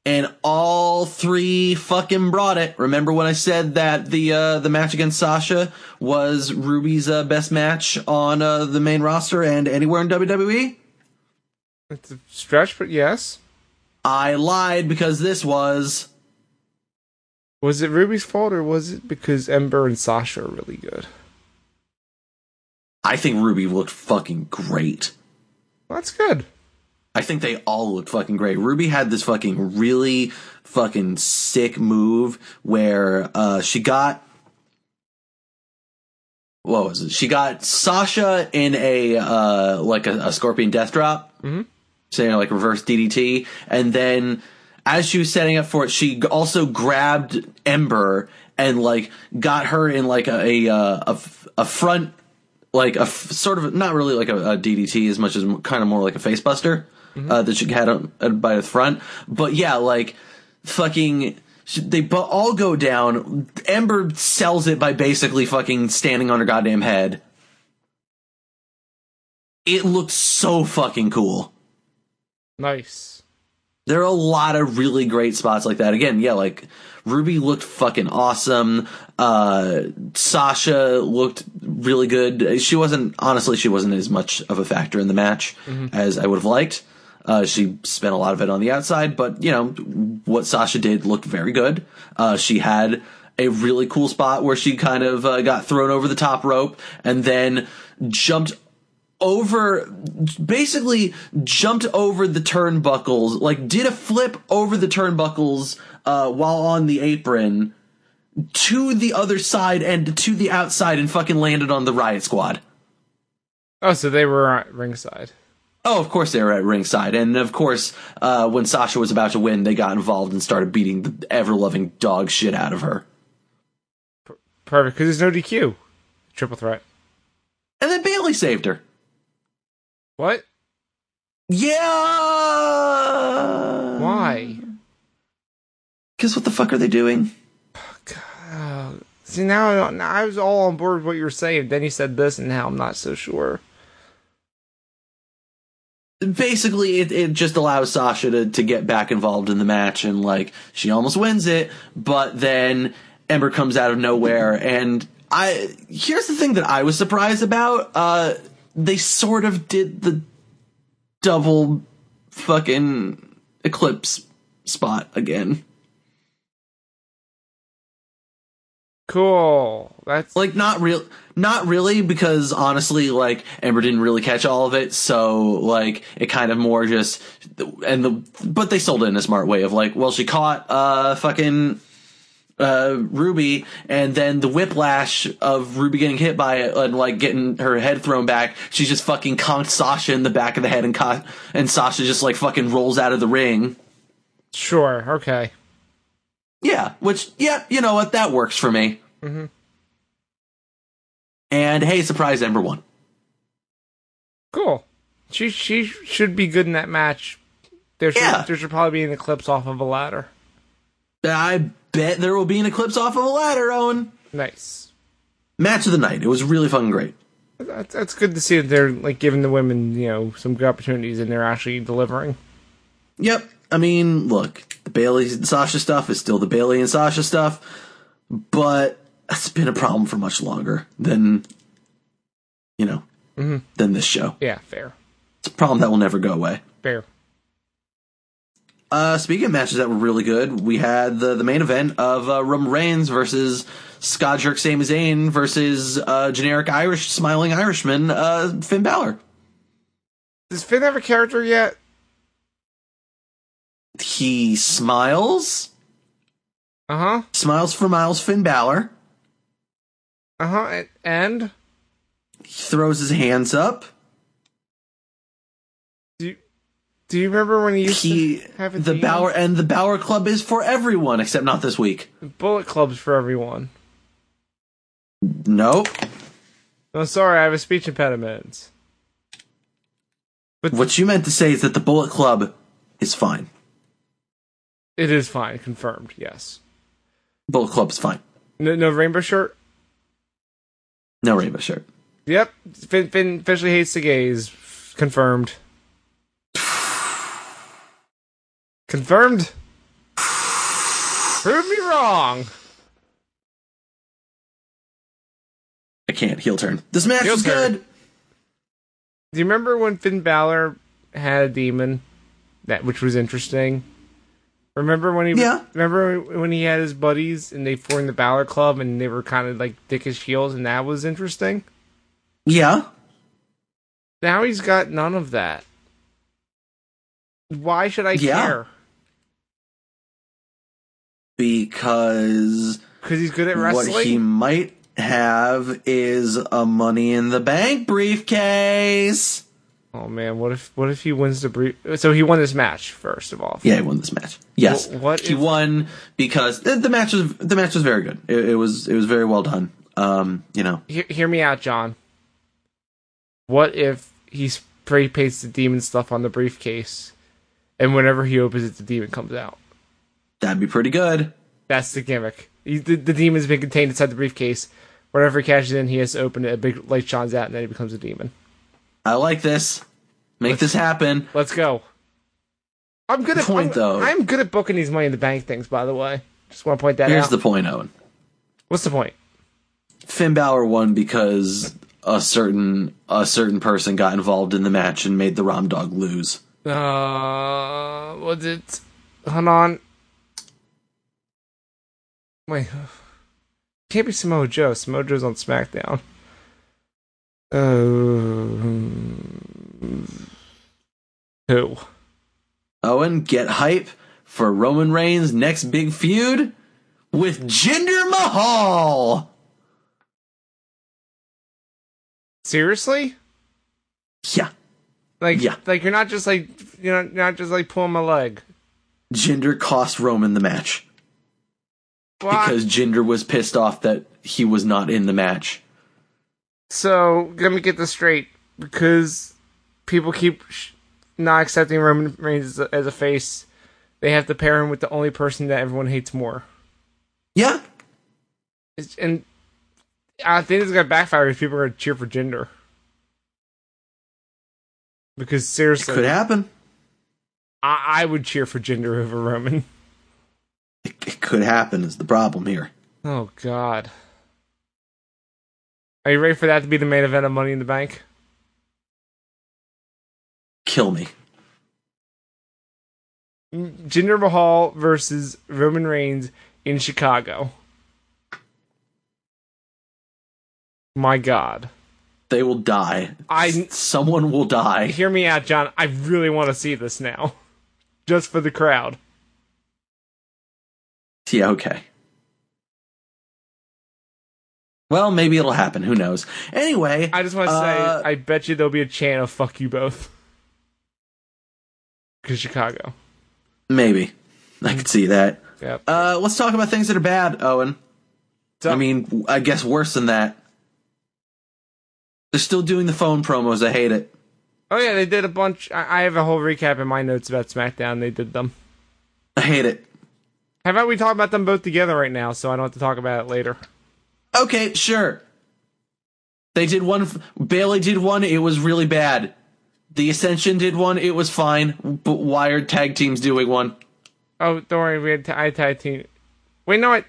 Speaker 1: and all three fucking brought it. Remember when I said that the uh, the match against Sasha was Ruby's uh, best match on uh, the main roster and anywhere in E? WWE?
Speaker 2: It's a stretch, but yes.
Speaker 1: I lied because this was
Speaker 2: Was it Ruby's fault, or was it because Ember and Sasha are really good?
Speaker 1: I think Ruby looked fucking great.
Speaker 2: Well, that's good.
Speaker 1: I think they all looked fucking great. Ruby had this fucking really fucking sick move where uh, she got what was it? She got Sasha in a uh, like a, a scorpion death drop, mm-hmm. saying like reverse DDT, and then as she was setting up for it, she g- also grabbed Ember and like got her in like a a, uh, a, f- a front like a f- sort of not really like a, a DDT as much as m- kind of more like a facebuster uh, that she had on, uh, by the front. But yeah, like fucking. sh- They bu- all go down. Ember sells it by basically fucking standing on her goddamn head. It looked so fucking cool.
Speaker 2: Nice.
Speaker 1: There are a lot of really great spots like that. Again, yeah, like Ruby looked fucking awesome. Uh, Sasha looked really good. She wasn't, honestly, she wasn't as much of a factor in the match as I would have liked. Uh, she spent a lot of it on the outside, but you know, what Sasha did looked very good. Uh, she had a really cool spot where she kind of uh, got thrown over the top rope and then jumped over basically jumped over the turnbuckles like did a flip over the turnbuckles uh while on the apron to the other side and to the outside and fucking landed on the riot squad
Speaker 2: Oh, so they were at ringside.
Speaker 1: oh of course they were at ringside and of course uh when sasha was about to win they got involved and started beating the ever loving dog shit out of her
Speaker 2: Perfect, because there's no DQ. Triple threat.
Speaker 1: and then bailey saved her
Speaker 2: What?
Speaker 1: yeah
Speaker 2: Why?
Speaker 1: because what the fuck are they doing
Speaker 2: Uh, see, now I, don't- now I was all on board with what you were saying. Then you said this, and now I'm not so sure.
Speaker 1: basically it, it just allows sasha to, to get back involved in the match and like she almost wins it but then ember comes out of nowhere and i here's the thing that i was surprised about uh they sort of did the double fucking eclipse spot again
Speaker 2: Cool. That's
Speaker 1: like not real not really because honestly like Ember didn't really catch all of it so like it kind of more just and the but they sold it in a smart way of like well she caught uh fucking uh Ruby and then the whiplash of Ruby getting hit by it and like getting her head thrown back she just fucking conked Sasha in the back of the head and caught and Sasha just like fucking rolls out of the ring
Speaker 2: sure. Okay.
Speaker 1: yeah, which yeah, you know what, that works for me. And hey, surprise, Ember won.
Speaker 2: Cool. She she should be good in that match. There should
Speaker 1: Yeah.
Speaker 2: there should probably be an eclipse off of a ladder.
Speaker 1: I bet there will be an eclipse off of a ladder, Owen.
Speaker 2: Nice.
Speaker 1: Match of the night. It was really fucking great.
Speaker 2: That's that's good to see that they're like giving the women you know some good opportunities and they're actually delivering.
Speaker 1: Yep. I mean, look, the Bailey and Sasha stuff is still the Bailey and Sasha stuff, but it's been a problem for much longer than you know
Speaker 2: Mhm.
Speaker 1: than this show.
Speaker 2: Yeah, fair,
Speaker 1: It's a problem that will never go away.
Speaker 2: fair.
Speaker 1: Uh, speaking of matches that were really good, we had the, the main event of uh, Roman Reigns versus Scott Jerk Sami Zayn versus uh, generic Irish smiling Irishman uh, Finn Balor.
Speaker 2: Does Finn have a character yet?
Speaker 1: He smiles,
Speaker 2: Uh huh.
Speaker 1: smiles for miles. Finn Balor.
Speaker 2: Uh huh. And
Speaker 1: He throws his hands up.
Speaker 2: do you remember when he used
Speaker 1: He
Speaker 2: to have a
Speaker 1: the
Speaker 2: theme?
Speaker 1: Bauer and the Bauer Club is for everyone except not this week.
Speaker 2: Bullet clubs for everyone.
Speaker 1: Nope.
Speaker 2: No, sorry, I have a speech impediment.
Speaker 1: What you meant to say is that the Bullet Club is fine.
Speaker 2: It is fine. Confirmed. Yes.
Speaker 1: Bullet Club is fine.
Speaker 2: No, no rainbow shirt.
Speaker 1: No rainbow shirt.
Speaker 2: Yep. Finn, Finn officially hates the gays. Confirmed. Confirmed. Prove me wrong.
Speaker 1: I can't. Heel turn. This match
Speaker 2: Heel
Speaker 1: was
Speaker 2: turn.
Speaker 1: good.
Speaker 2: Do you remember when Finn Balor had a demon? That which was interesting. Remember when he
Speaker 1: Yeah.
Speaker 2: remember when he had his buddies and they formed the Balor Club and they were kind of like dickish heels and that was interesting.
Speaker 1: Yeah.
Speaker 2: Now he's got none of that. Why should I
Speaker 1: Yeah.
Speaker 2: care?
Speaker 1: Because
Speaker 2: Because he's good at wrestling.
Speaker 1: what he might have is a money in the bank briefcase.
Speaker 2: Oh man, what if what if he wins the brief? So he won this match first of all.
Speaker 1: Yeah, he won this match. Yes,
Speaker 2: Wh- what
Speaker 1: he
Speaker 2: if-
Speaker 1: won because the, the match was the match was very good. It, it was it was very well done. Um, you know,
Speaker 2: He- hear me out, John. What if he spray paints the demon stuff on the briefcase, and whenever he opens it, the demon comes out?
Speaker 1: that'd be pretty good.
Speaker 2: That's the gimmick. He, the, the demon's been contained inside the briefcase. Whenever he cashes in, he has to open it. A big light shines out, and then he becomes a demon.
Speaker 1: I like this. Make this happen.
Speaker 2: Let's go. I'm good at
Speaker 1: Point,
Speaker 2: I'm,
Speaker 1: though.
Speaker 2: I'm good at booking these money in the bank things. By the way, just want to point that
Speaker 1: Here's
Speaker 2: out.
Speaker 1: the point, Owen.
Speaker 2: What's the point?
Speaker 1: Finn Balor won because a certain a certain person got involved in the match and made the Rom Dog lose.
Speaker 2: Uh, was it? Hold on. Wait, can't be Samoa Joe. Samoa Joe's on SmackDown. Uh, Um, who?
Speaker 1: Owen, get hype for Roman Reigns' next big feud with Jinder Mahal.
Speaker 2: Seriously?
Speaker 1: Yeah,
Speaker 2: Like,
Speaker 1: Yeah.
Speaker 2: like you're not just like you're not, you're not just like pulling my leg.
Speaker 1: Jinder cost Roman the match
Speaker 2: Why?
Speaker 1: because Jinder was pissed off that he was not in the match.
Speaker 2: So let me get this straight, because people keep sh- not accepting Roman Reigns as a, as a face. They have to pair him with the only person that everyone hates more,
Speaker 1: Yeah,
Speaker 2: it's, and I think it's gonna backfire if people are gonna cheer for gender. Because
Speaker 1: could
Speaker 2: seriously,
Speaker 1: happen.
Speaker 2: I, I would cheer for gender over Roman.
Speaker 1: It, it could happen is the problem here.
Speaker 2: Oh God, are you ready for that to be the main event of Money in the Bank?
Speaker 1: Kill me.
Speaker 2: Jinder Mahal versus Roman Reigns in Chicago. My God.
Speaker 1: They will die.
Speaker 2: I-
Speaker 1: someone will die.
Speaker 2: Hear me out, John. I really want to see this now. Just for the crowd.
Speaker 1: Yeah, okay. Well, maybe it'll happen. Who knows? Anyway,
Speaker 2: I just want to say,
Speaker 1: uh,
Speaker 2: I bet you there'll be a chant of fuck you both. Because Chicago.
Speaker 1: maybe I could see that.
Speaker 2: Yep.
Speaker 1: Uh, let's talk about things that are bad, Owen.
Speaker 2: So-
Speaker 1: I mean, I guess worse than that. They're still doing the phone promos. I hate it.
Speaker 2: Oh, yeah, they did a bunch. I, I have a whole recap in my notes about SmackDown. They did them.
Speaker 1: I hate it.
Speaker 2: How about we talk about them both together right now so I don't have to talk about it later?
Speaker 1: Okay, sure. They did one. Bailey did one. It was really bad. The Ascension did one. It was fine. But why are tag teams doing one?
Speaker 2: Oh, don't worry, we had t- I had tag team. Wait, no, I,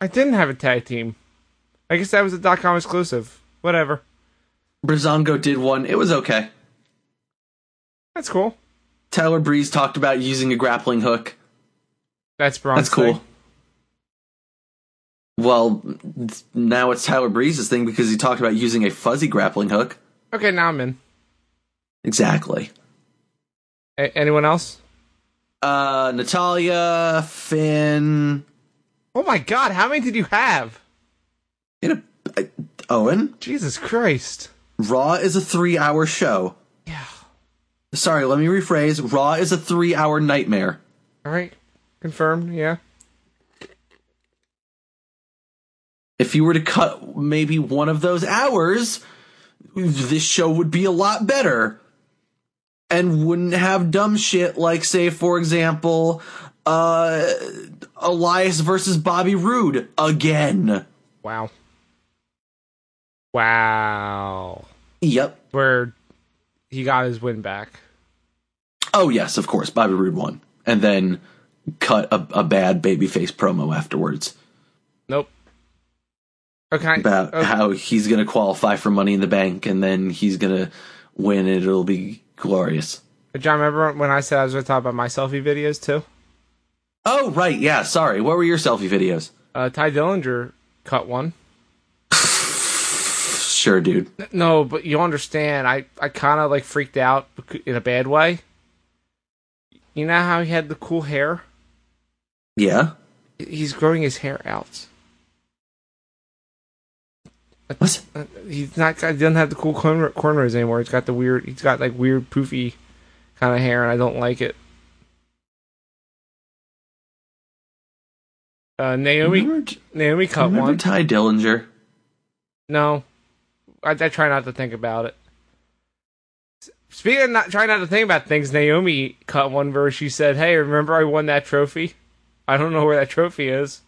Speaker 2: I didn't have a tag team. I guess that was a dot com exclusive. Whatever.
Speaker 1: Brazongo did one. It was okay.
Speaker 2: That's cool.
Speaker 1: Tyler Breeze talked about using a grappling hook.
Speaker 2: That's bronze.
Speaker 1: That's cool. Well, now it's Tyler Breeze's thing because he talked about using a fuzzy grappling hook.
Speaker 2: Okay, now I'm in.
Speaker 1: Exactly.
Speaker 2: A- anyone else?
Speaker 1: Uh, Natalia, Finn,
Speaker 2: Oh my god, how many did you have?
Speaker 1: in a, I- Owen.
Speaker 2: Jesus Christ.
Speaker 1: Raw is a three-hour show.
Speaker 2: Yeah.
Speaker 1: Sorry, let me rephrase. Raw is a three-hour nightmare.
Speaker 2: All right. Confirmed. Yeah.
Speaker 1: If you were to cut maybe one of those hours, this show would be a lot better and wouldn't have dumb shit like, say, for example, uh, Elias versus Bobby Roode again.
Speaker 2: Wow. Wow.
Speaker 1: Yep.
Speaker 2: Where he got his win back.
Speaker 1: Oh yes, of course, Bobby Roode won, and then cut a, a bad babyface promo afterwards
Speaker 2: Nope. Okay.
Speaker 1: about
Speaker 2: okay.
Speaker 1: how he's going to qualify for Money in the Bank, and then he's going to win, and it'll be glorious.
Speaker 2: John, remember when I said I was going to talk about my selfie videos too?
Speaker 1: Oh right, yeah. Sorry, what were your selfie videos?
Speaker 2: Uh, Ty Dillinger cut one.
Speaker 1: Sure, dude.
Speaker 2: No, but you understand. I, I kind of like freaked out becau- in a bad way. You know how he had the cool hair?
Speaker 1: Yeah.
Speaker 2: He's growing his hair out.
Speaker 1: What?
Speaker 2: Uh, He's not. got- He doesn't have the cool corn, cornrows anymore. He's got the weird. He's got like weird poofy kind of hair, and I don't like it. Uh, Naomi,
Speaker 1: Remember,
Speaker 2: Naomi cut
Speaker 1: Mm-hmm. remember
Speaker 2: one.
Speaker 1: Ty Dillinger?
Speaker 2: No, I, I try not to think about it. S- Speaking of not trying not to think about things, Naomi cut one verse. She said, "Hey, remember I won that trophy? I don't know where that trophy is.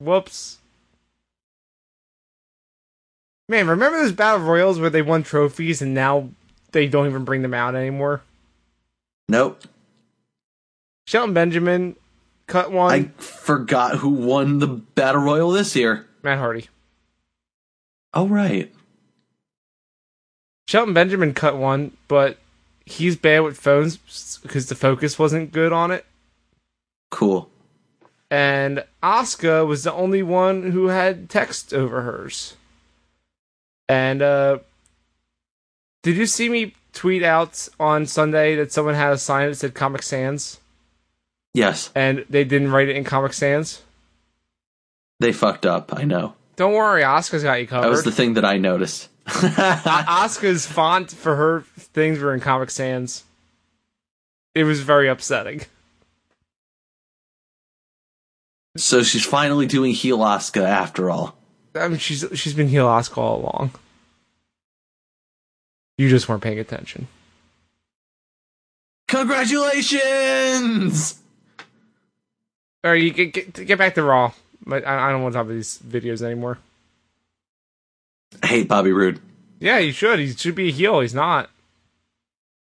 Speaker 2: Whoops." Man, remember those battle royals where they won trophies and now they don't even bring them out anymore?
Speaker 1: Nope.
Speaker 2: Shelton Benjamin cut one.
Speaker 1: I forgot who won the battle royal this year.
Speaker 2: Matt Hardy.
Speaker 1: Oh right.
Speaker 2: Shelton Benjamin cut one, but he's bad with phones because the focus wasn't good on it.
Speaker 1: Cool.
Speaker 2: and Asuka was the only one who had text over hers. And uh did you see me tweet out on Sunday that someone had a sign that said Comic Sans
Speaker 1: Yes,
Speaker 2: and they didn't write it in Comic Sans?
Speaker 1: they fucked up. I know.
Speaker 2: Don't worry, Asuka's got you
Speaker 1: That was
Speaker 2: covered.
Speaker 1: the thing that I noticed.
Speaker 2: Asuka's font for her things were in Comic Sans. It was very upsetting.
Speaker 1: So she's finally doing heel Asuka after all.
Speaker 2: I mean, she's she's been heel Asuka all along. You just weren't paying attention.
Speaker 1: Congratulations!
Speaker 2: Or you get get, get back to Raw. But I, I don't want to talk about these videos anymore.
Speaker 1: I hate Bobby Roode.
Speaker 2: Yeah, you should. He should be a heel. He's not.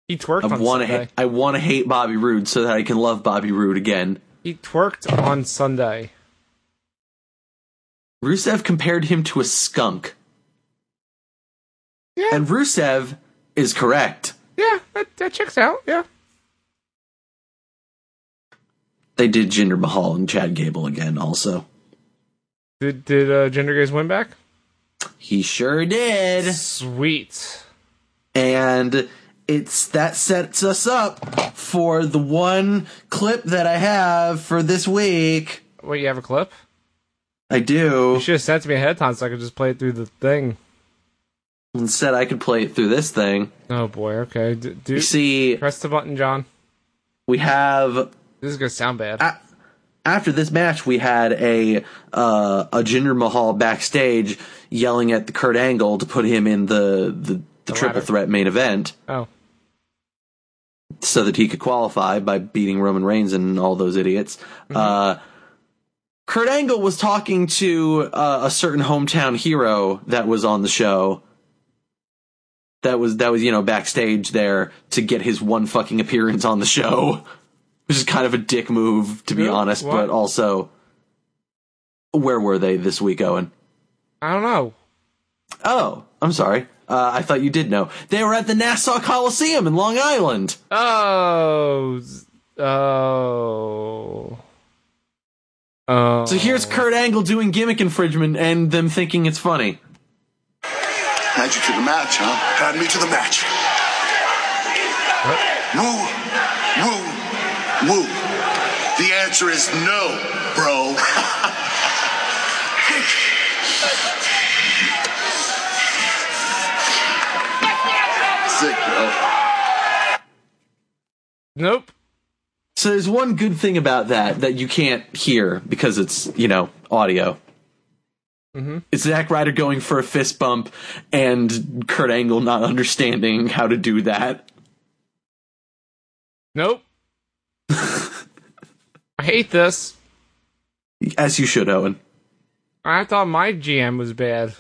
Speaker 2: He twerked
Speaker 1: I
Speaker 2: on
Speaker 1: want to.
Speaker 2: Sunday.
Speaker 1: Ha- I want to hate Bobby Roode so that I can love Bobby Roode again.
Speaker 2: He twerked on Sunday.
Speaker 1: Rusev compared him to a skunk,
Speaker 2: Yeah,
Speaker 1: and Rusev is correct.
Speaker 2: yeah, that, that checks out. Yeah,
Speaker 1: They did Jinder Mahal and Chad Gable again. Also,
Speaker 2: did did uh, Gender Gaze win back?
Speaker 1: he sure did,
Speaker 2: Sweet.
Speaker 1: and it's that sets us up for the one clip that I have for this week.
Speaker 2: Wait, you have a clip?
Speaker 1: I do.
Speaker 2: You should have sent it to me ahead of time so I could just play it through the thing.
Speaker 1: Instead, I could play it through this thing.
Speaker 2: Oh boy. Okay. D- do
Speaker 1: You see,
Speaker 2: press the button, John.
Speaker 1: we have
Speaker 2: This is gonna sound bad.
Speaker 1: I- after this match, we had a uh, a Jinder Mahal backstage yelling at the Kurt Angle to put him in the the, the triple
Speaker 2: ladder.
Speaker 1: threat main event
Speaker 2: oh,
Speaker 1: so that he could qualify by beating Roman Reigns and all those idiots. Uh, Kurt Angle was talking to uh, a certain hometown hero that was on the show That was that was you know backstage there to get his one fucking appearance on the show, which is kind of a dick move to be
Speaker 2: Who?
Speaker 1: honest,
Speaker 2: What?
Speaker 1: but also. Where were they this week, Owen?
Speaker 2: I don't know.
Speaker 1: Oh, I'm sorry. Uh, I thought you did know. They were at the Nassau Coliseum in Long Island.
Speaker 2: Oh, z- oh, oh.
Speaker 1: So here's Kurt Angle doing gimmick infringement and them thinking it's funny.
Speaker 3: Had you to the match, huh? Had me to the match. Woo, woo, woo. The answer is no, bro. Sick, bro.
Speaker 2: nope.
Speaker 1: So there's one good thing about that that you can't hear because it's you know audio. It's Zack Ryder going for a fist bump and Kurt Angle not understanding how to do that.
Speaker 2: Nope. I hate this.
Speaker 1: As you should, Owen.
Speaker 2: I thought my GM was bad.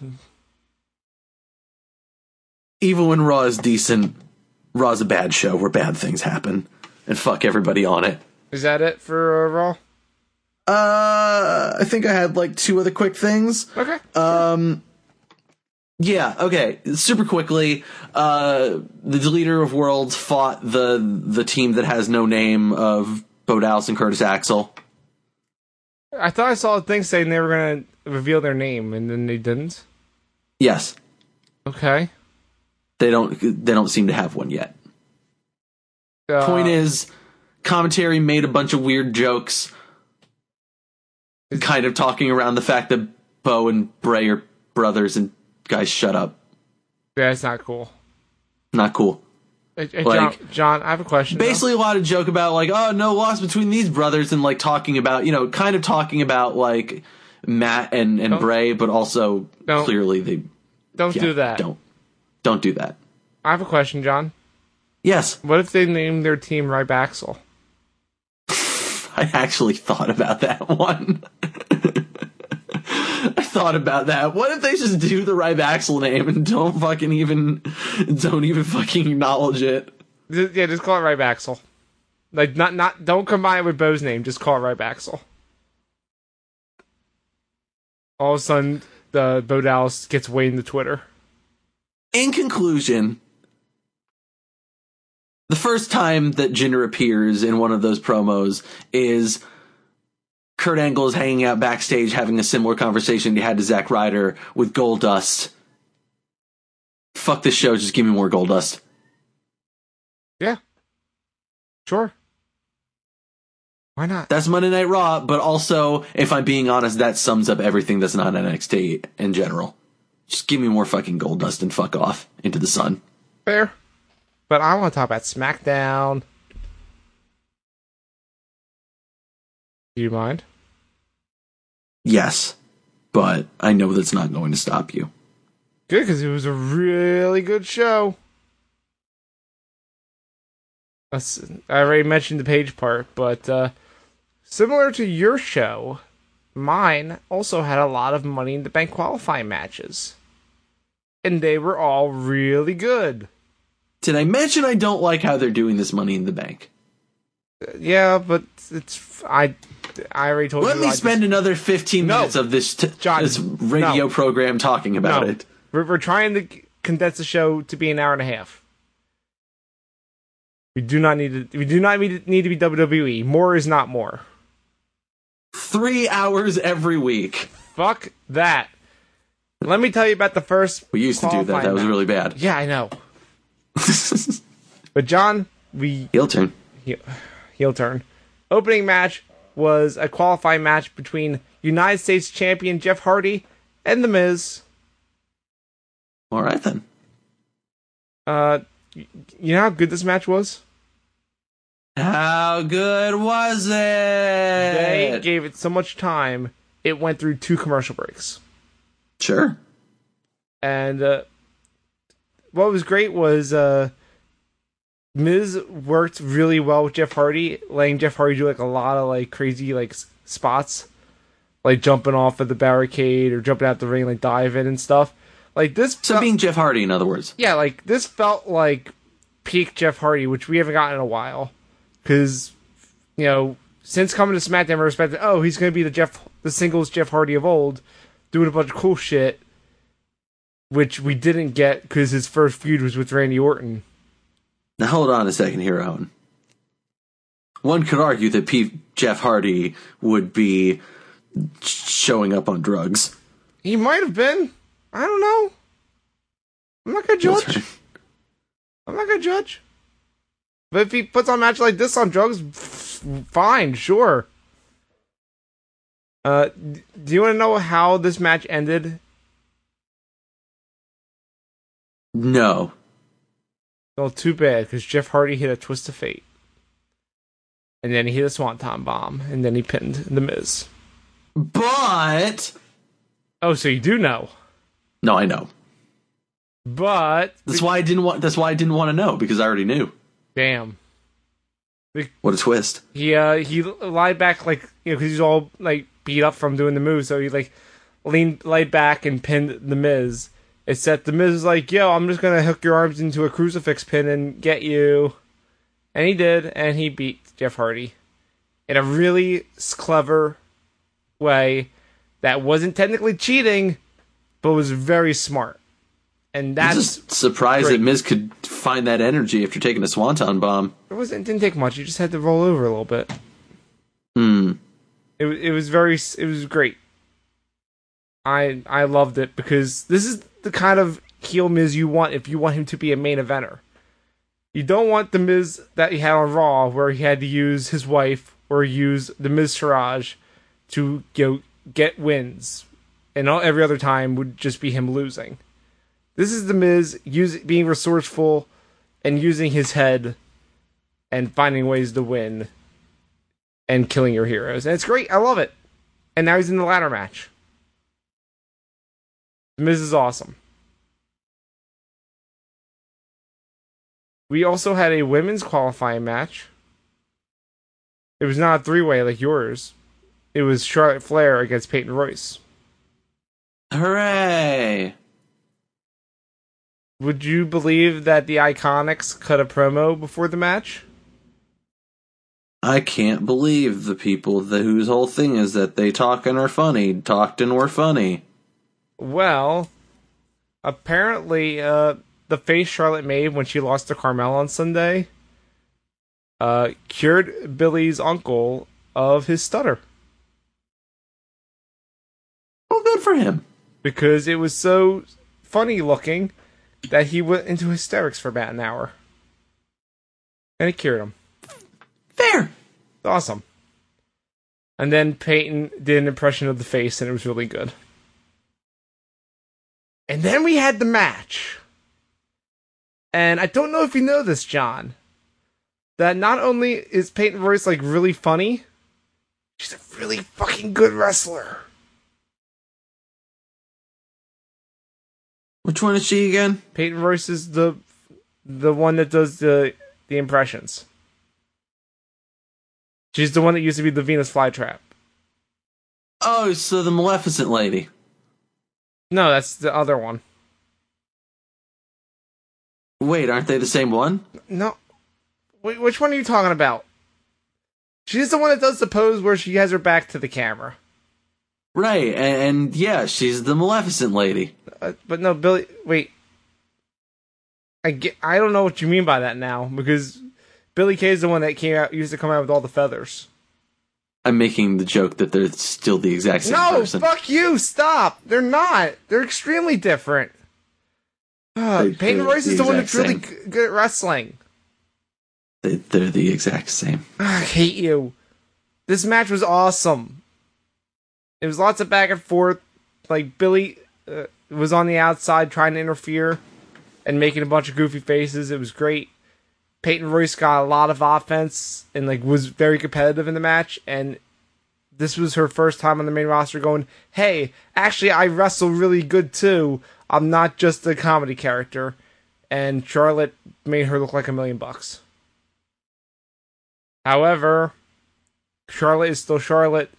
Speaker 1: Even when Raw is decent, Raw's a bad show where bad things happen. And fuck everybody on it.
Speaker 2: Is that it for uh, Raw?
Speaker 1: Uh, I think I had like two other quick things.
Speaker 2: Okay.
Speaker 1: Um, Yeah, okay. Super quickly, uh, the deleter of worlds fought the the team that has no name of Bo Dallas and Curtis Axel.
Speaker 2: I thought I saw a thing saying they were gonna reveal their name, and then they didn't.
Speaker 1: Yes,
Speaker 2: Okay.
Speaker 1: they don't they don't seem to have one yet.
Speaker 2: Uh,
Speaker 1: Point is, commentary made a bunch of weird jokes, kind of talking around the fact that Bo and Bray are brothers and guys, shut up.
Speaker 2: that's not cool.
Speaker 1: Not cool.
Speaker 2: Hey, hey,
Speaker 1: Like-
Speaker 2: John, John, I have a question. though.
Speaker 1: basically a lot of joke about like oh no loss between these brothers and like talking about you know kind of talking about like Matt and and
Speaker 2: Don't-
Speaker 1: Bray but also
Speaker 2: Don't.
Speaker 1: clearly they
Speaker 2: don't
Speaker 1: yeah,
Speaker 2: do that.
Speaker 1: don't don't do that
Speaker 2: I have a question, John.
Speaker 1: yes
Speaker 2: What if they named their team Rybaxel?
Speaker 1: I actually thought about that one I thought about that what if they just do the Rybaxel name and don't fucking even don't even fucking acknowledge it
Speaker 2: Th- Yeah, just call it Rybaxel. Like, not not don't combine it with Bo's name. Just call it Rybaxel. All of a sudden, the Bo Dallas gets way into Twitter.
Speaker 1: in conclusion, the first time that Jinder appears in one of those promos is Kurt Angle is hanging out backstage having a similar conversation he had to Zack Ryder with Goldust. Fuck this show, just give me more Goldust.
Speaker 2: Yeah, sure. Why not?
Speaker 1: That's Monday Night Raw, but also, if I'm being honest, that sums up everything that's not NXT in general. Just give me more fucking Goldust and fuck off into the sun.
Speaker 2: Fair. But I want to talk about SmackDown. Do you mind?
Speaker 1: Yes, but I know that's not going to stop you.
Speaker 2: Good, because it was a really good show. That's, I already mentioned the page part, but uh, similar to your show, mine also had a lot of Money in the Bank qualifying matches. And they were all really good.
Speaker 1: Did I mention I don't like how they're doing this Money in the Bank?
Speaker 2: Yeah, but it's. I, I already told
Speaker 1: Let
Speaker 2: Oh, you.
Speaker 1: me
Speaker 2: I just-
Speaker 1: spend another 15
Speaker 2: No.
Speaker 1: minutes of this, t-
Speaker 2: John,
Speaker 1: this radio
Speaker 2: no.
Speaker 1: program talking about
Speaker 2: No.
Speaker 1: it.
Speaker 2: We're, we're trying to c- condense the show to be an hour and a half. We do not need to. We do not need to, need to be WWE. More is not more.
Speaker 1: Three hours every week.
Speaker 2: Fuck that. Let me tell you about the first.
Speaker 1: We used to do that.
Speaker 2: qualifying
Speaker 1: That was
Speaker 2: match.
Speaker 1: really bad.
Speaker 2: Yeah, I know. But John, we
Speaker 1: Heel turn.
Speaker 2: heel turn. Opening match was a qualifying match between United States champion Jeff Hardy and The Miz.
Speaker 1: All right then.
Speaker 2: Uh, y- you know how good this match was.
Speaker 1: How good was it?
Speaker 2: They gave it so much time, it went through two commercial breaks.
Speaker 1: sure.
Speaker 2: And uh, what was great was uh, Miz worked really well with Jeff Hardy, letting Jeff Hardy do like a lot of like crazy like s- spots, like jumping off of the barricade or jumping out the ring, like diving and stuff. Like this
Speaker 1: So
Speaker 2: felt-
Speaker 1: being Jeff Hardy, in other words.
Speaker 2: yeah, like this felt like peak Jeff Hardy, which we haven't gotten in a while. Because you know, since coming to SmackDown, we expected, oh, he's going to be the Jeff, the singles Jeff Hardy of old, doing a bunch of cool shit, which we didn't get because his first feud was with Randy Orton.
Speaker 1: Now hold on a second here, Owen. One could argue that P- Jeff Hardy would be showing up on drugs.
Speaker 2: He might have been. I don't know. I'm not gonna judge.
Speaker 1: That's right.
Speaker 2: I'm not gonna judge. But if he puts on a match like this on drugs, f- fine, sure. Uh, d- do you want to know how this match ended?
Speaker 1: No.
Speaker 2: Well, too bad because Jeff Hardy hit a twist of fate, and then he hit a swanton bomb, and then he pinned the Miz.
Speaker 1: But.
Speaker 2: Oh, so you do know,
Speaker 1: No, I know.
Speaker 2: but
Speaker 1: That's why I didn't want. That's why I didn't want to know because I already knew.
Speaker 2: damn.
Speaker 1: What a twist!
Speaker 2: he uh he lied back like you know because he's all like beat up from doing the move, so he like leaned laid back and pinned the Miz. Except the Miz was like, "Yo, I'm just gonna hook your arms into a crucifix pin and get you," and he did, and he beat Jeff Hardy in a really s- clever way that wasn't technically cheating, but was very smart. And
Speaker 1: I'm
Speaker 2: that's
Speaker 1: just surprised
Speaker 2: great.
Speaker 1: that Miz could find that energy after taking a swanton bomb.
Speaker 2: it wasn't it didn't take much. You just had to roll over a little bit.
Speaker 1: Hmm.
Speaker 2: it it was very s- it was great. I I loved it because this is the kind of heel Miz you want if you want him to be a main eventer. You don't want the Miz that he had on Raw where he had to use his wife or use the Miz Siraj to you know, get wins, and all, every other time would just be him losing. This is the Miz use, being resourceful and using his head and finding ways to win and killing your heroes. And it's great. I love it. And now he's in the ladder match. Miz is awesome. We also had a women's qualifying match. It was not a three way like yours. It was Charlotte Flair against Peyton Royce.
Speaker 1: Hooray!
Speaker 2: Would you believe that the Iconics cut a promo before the match?
Speaker 1: I can't believe the people that, whose whole thing is that they talk and are funny, talked and were funny.
Speaker 2: Well, apparently, uh, the face Charlotte made when she lost to Carmel on Sunday, uh, cured Billy's uncle of his stutter
Speaker 1: Well, good for him.
Speaker 2: because it was so funny looking that he went into hysterics for about an hour, and it cured him.
Speaker 1: Fair.
Speaker 2: Awesome. And then Peyton did an impression of the face, and it was really good. And then we had the match. And I don't know if you know this, John, that not only is Peyton Royce like really funny, she's a really fucking good wrestler.
Speaker 1: Which one is she again?
Speaker 2: Peyton Royce is the the one that does the the impressions. She's the one that used to be the Venus flytrap.
Speaker 1: Oh, so the Maleficent lady.
Speaker 2: No, that's the other one.
Speaker 1: Wait, aren't they the same one?
Speaker 2: No. Wait, which one are you talking about? She's the one that does the pose where she has her back to the camera.
Speaker 1: Right, and, and yeah, she's the Maleficent lady.
Speaker 2: Uh, but no, Billy. Wait. I, get, I don't know what you mean by that now because Billy Kay is the one that came out used to come out with all the feathers.
Speaker 1: I'm making the joke that they're still the exact same
Speaker 2: No,
Speaker 1: person.
Speaker 2: fuck you! Stop. They're not. They're extremely different. Uh,
Speaker 1: They-
Speaker 2: Peyton
Speaker 1: they're
Speaker 2: Royce is
Speaker 1: the
Speaker 2: the one that's
Speaker 1: exact
Speaker 2: really
Speaker 1: same.
Speaker 2: g- good at wrestling.
Speaker 1: They, they're the exact same.
Speaker 2: I hate you. This match was awesome. It was lots of back and forth. Like Billy uh, was on the outside trying to interfere and making a bunch of goofy faces. It was great. Peyton Royce got a lot of offense and like was very competitive in the match. And this was her first time on the main roster. Going, hey, actually, I wrestle really good too. I'm not just a comedy character. And Charlotte made her look like a million bucks. However, Charlotte is still Charlotte,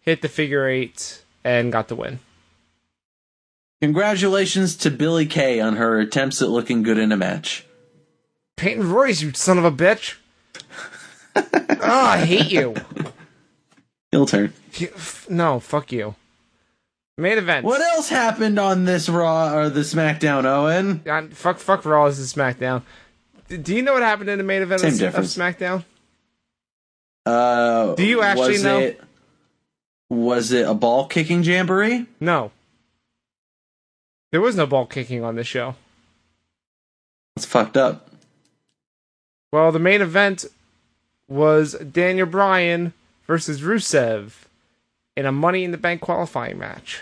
Speaker 2: hit the figure eight, and got the win.
Speaker 1: Congratulations to Billy Kay on her attempts at looking good in a match.
Speaker 2: Peyton Royce, you son of a bitch. oh, I hate you.
Speaker 1: Heel turn.
Speaker 2: You- f- No, fuck you. Main event.
Speaker 1: What else happened on this Raw or the SmackDown, Owen?
Speaker 2: God, fuck, fuck Raw is a SmackDown. D- Do you know what happened in the main event
Speaker 1: Same
Speaker 2: of, of
Speaker 1: difference.
Speaker 2: SmackDown?
Speaker 1: Uh,
Speaker 2: Do you actually
Speaker 1: was
Speaker 2: know?
Speaker 1: It, was it a ball kicking jamboree?
Speaker 2: No. There was no ball kicking on this show.
Speaker 1: That's fucked up.
Speaker 2: Well, the main event was Daniel Bryan versus Rusev in a Money in the Bank qualifying match.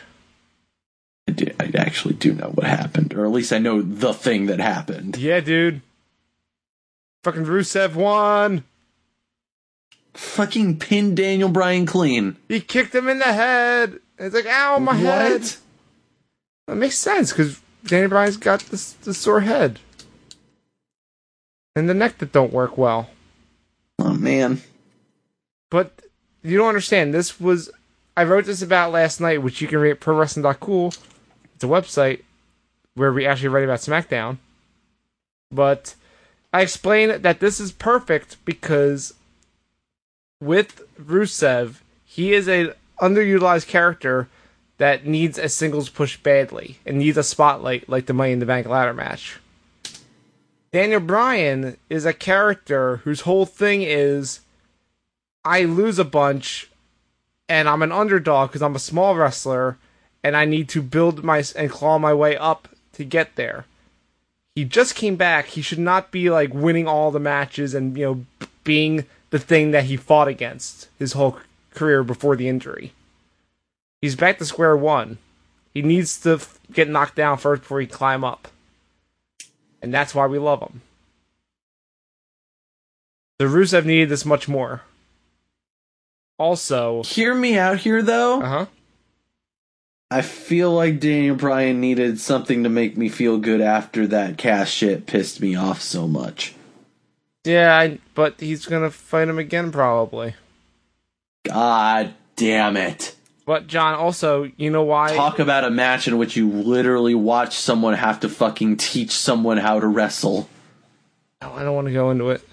Speaker 1: I, do, I actually do know what happened, or at least I know the thing that happened.
Speaker 2: Yeah, dude. Fucking Rusev won.
Speaker 1: Fucking pinned Daniel Bryan clean.
Speaker 2: He kicked him in the head. It's like, ow, my head.
Speaker 1: What?
Speaker 2: That makes sense because Daniel Bryan's got this the sore head and the neck that don't work well.
Speaker 1: Oh man.
Speaker 2: But you don't understand. This was I wrote this about last night, which you can read at prowrestling.cool. It's a website where we actually write about SmackDown. But I explain that this is perfect because with Rusev, he is a underutilized character that needs a singles push badly and needs a spotlight like the Money in the Bank ladder match. Daniel Bryan is a character whose whole thing is I lose a bunch, and I'm an underdog because I'm a small wrestler, and I need to build my and claw my way up to get there. He just came back. He should not be like winning all the matches and you know b- being the thing that he fought against his whole career before the injury. He's back to square one. He needs to f- get knocked down first before he climb up, and that's why we love him. The Rusev needed this much more. Also,
Speaker 1: Hear me out here though.
Speaker 2: uh huh.
Speaker 1: I feel like Daniel Bryan needed something to make me feel good after that cast shit pissed me off so much.
Speaker 2: Yeah, I, but he's gonna fight him again probably.
Speaker 1: God damn it.
Speaker 2: But John, also, you know why?
Speaker 1: Talk about a match in which you literally watch someone have to fucking teach someone how to wrestle.
Speaker 2: No, I don't want to go into it.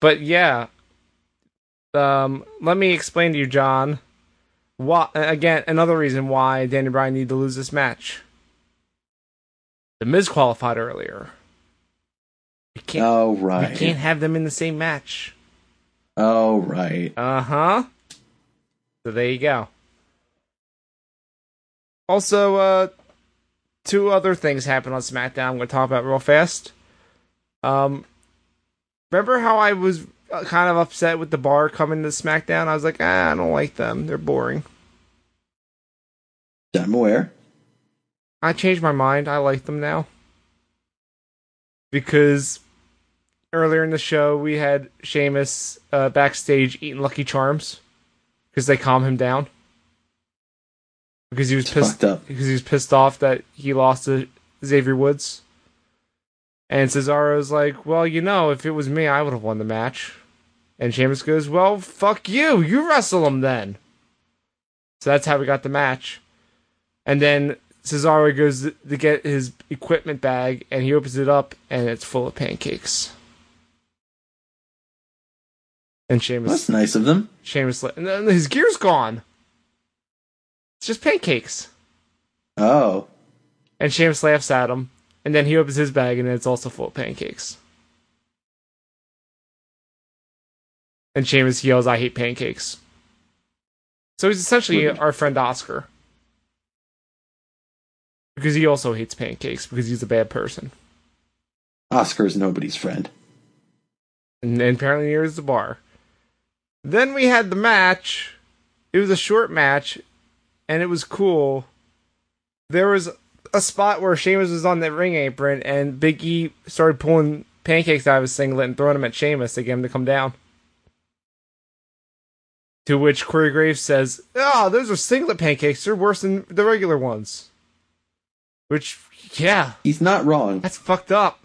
Speaker 2: But yeah, um, let me explain to you, John. Why again? Another reason why Daniel Bryan needed to lose this match. The Miz qualified earlier. We can't.
Speaker 1: Oh,
Speaker 2: we can't
Speaker 1: right.
Speaker 2: have them in the same match.
Speaker 1: Oh, right.
Speaker 2: Uh huh. So there you go. Also, uh, two other things happened on SmackDown. I'm going to talk about real fast. Um, remember how I was uh, kind of upset with the bar coming to SmackDown? I was like, ah, I don't like them. They're boring.
Speaker 1: I'm aware.
Speaker 2: I changed my mind. I like them now. Because earlier in the show, we had Seamus uh, backstage eating Lucky Charms because they calm him down. Because he was
Speaker 1: It's
Speaker 2: pissed
Speaker 1: fucked up.
Speaker 2: because he was pissed off that he lost to Xavier Woods. And Cesaro's like, "Well, you know, if it was me, I would have won the match." And Sheamus goes, "Well, fuck you. You wrestle him then." So that's how we got the match. And then Cesaro goes to to get his equipment bag, and he opens it up, and it's full of pancakes. And Sheamus,
Speaker 1: That's nice of them.
Speaker 2: Sheamus, and then his gear's gone. It's just pancakes.
Speaker 1: Oh.
Speaker 2: And Seamus laughs at him, and then he opens his bag, and it's also full of pancakes. And Seamus yells, "I hate pancakes." So he's essentially
Speaker 1: Rude.
Speaker 2: our friend Oscar, because he also hates pancakes because he's a bad person,
Speaker 1: Oscar's nobody's friend.
Speaker 2: and, and apparently here's the bar. Then we had the match. It was a short match, and it was cool. There was a spot where Sheamus was on that ring apron, and Big E started pulling pancakes out of his singlet and throwing them at Sheamus to get him to come down. To which Corey Graves says, "Oh, those are singlet pancakes. They're worse than the regular ones." Which, yeah,
Speaker 1: He's not wrong.
Speaker 2: that's fucked up.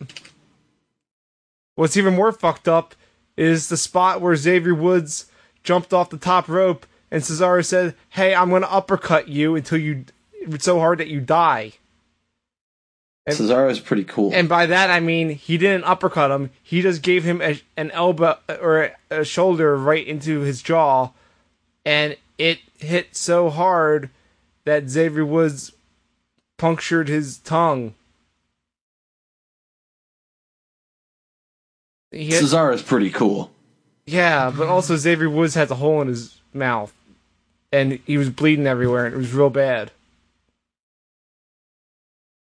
Speaker 2: What's even more fucked up is the spot where Xavier Woods jumped off the top rope and Cesaro said, "Hey, I'm going to uppercut you until you so hard that you die. And-
Speaker 1: Cesaro's pretty cool.
Speaker 2: And by that I mean he didn't uppercut him. He just gave him a, an elbow uh, or a, a shoulder right into his jaw, and it hit so hard that Xavier Woods punctured his tongue. He had-
Speaker 1: Cesaro's pretty cool.
Speaker 2: yeah, but also Xavier Woods has a hole in his mouth, and he was bleeding everywhere, and it was real bad.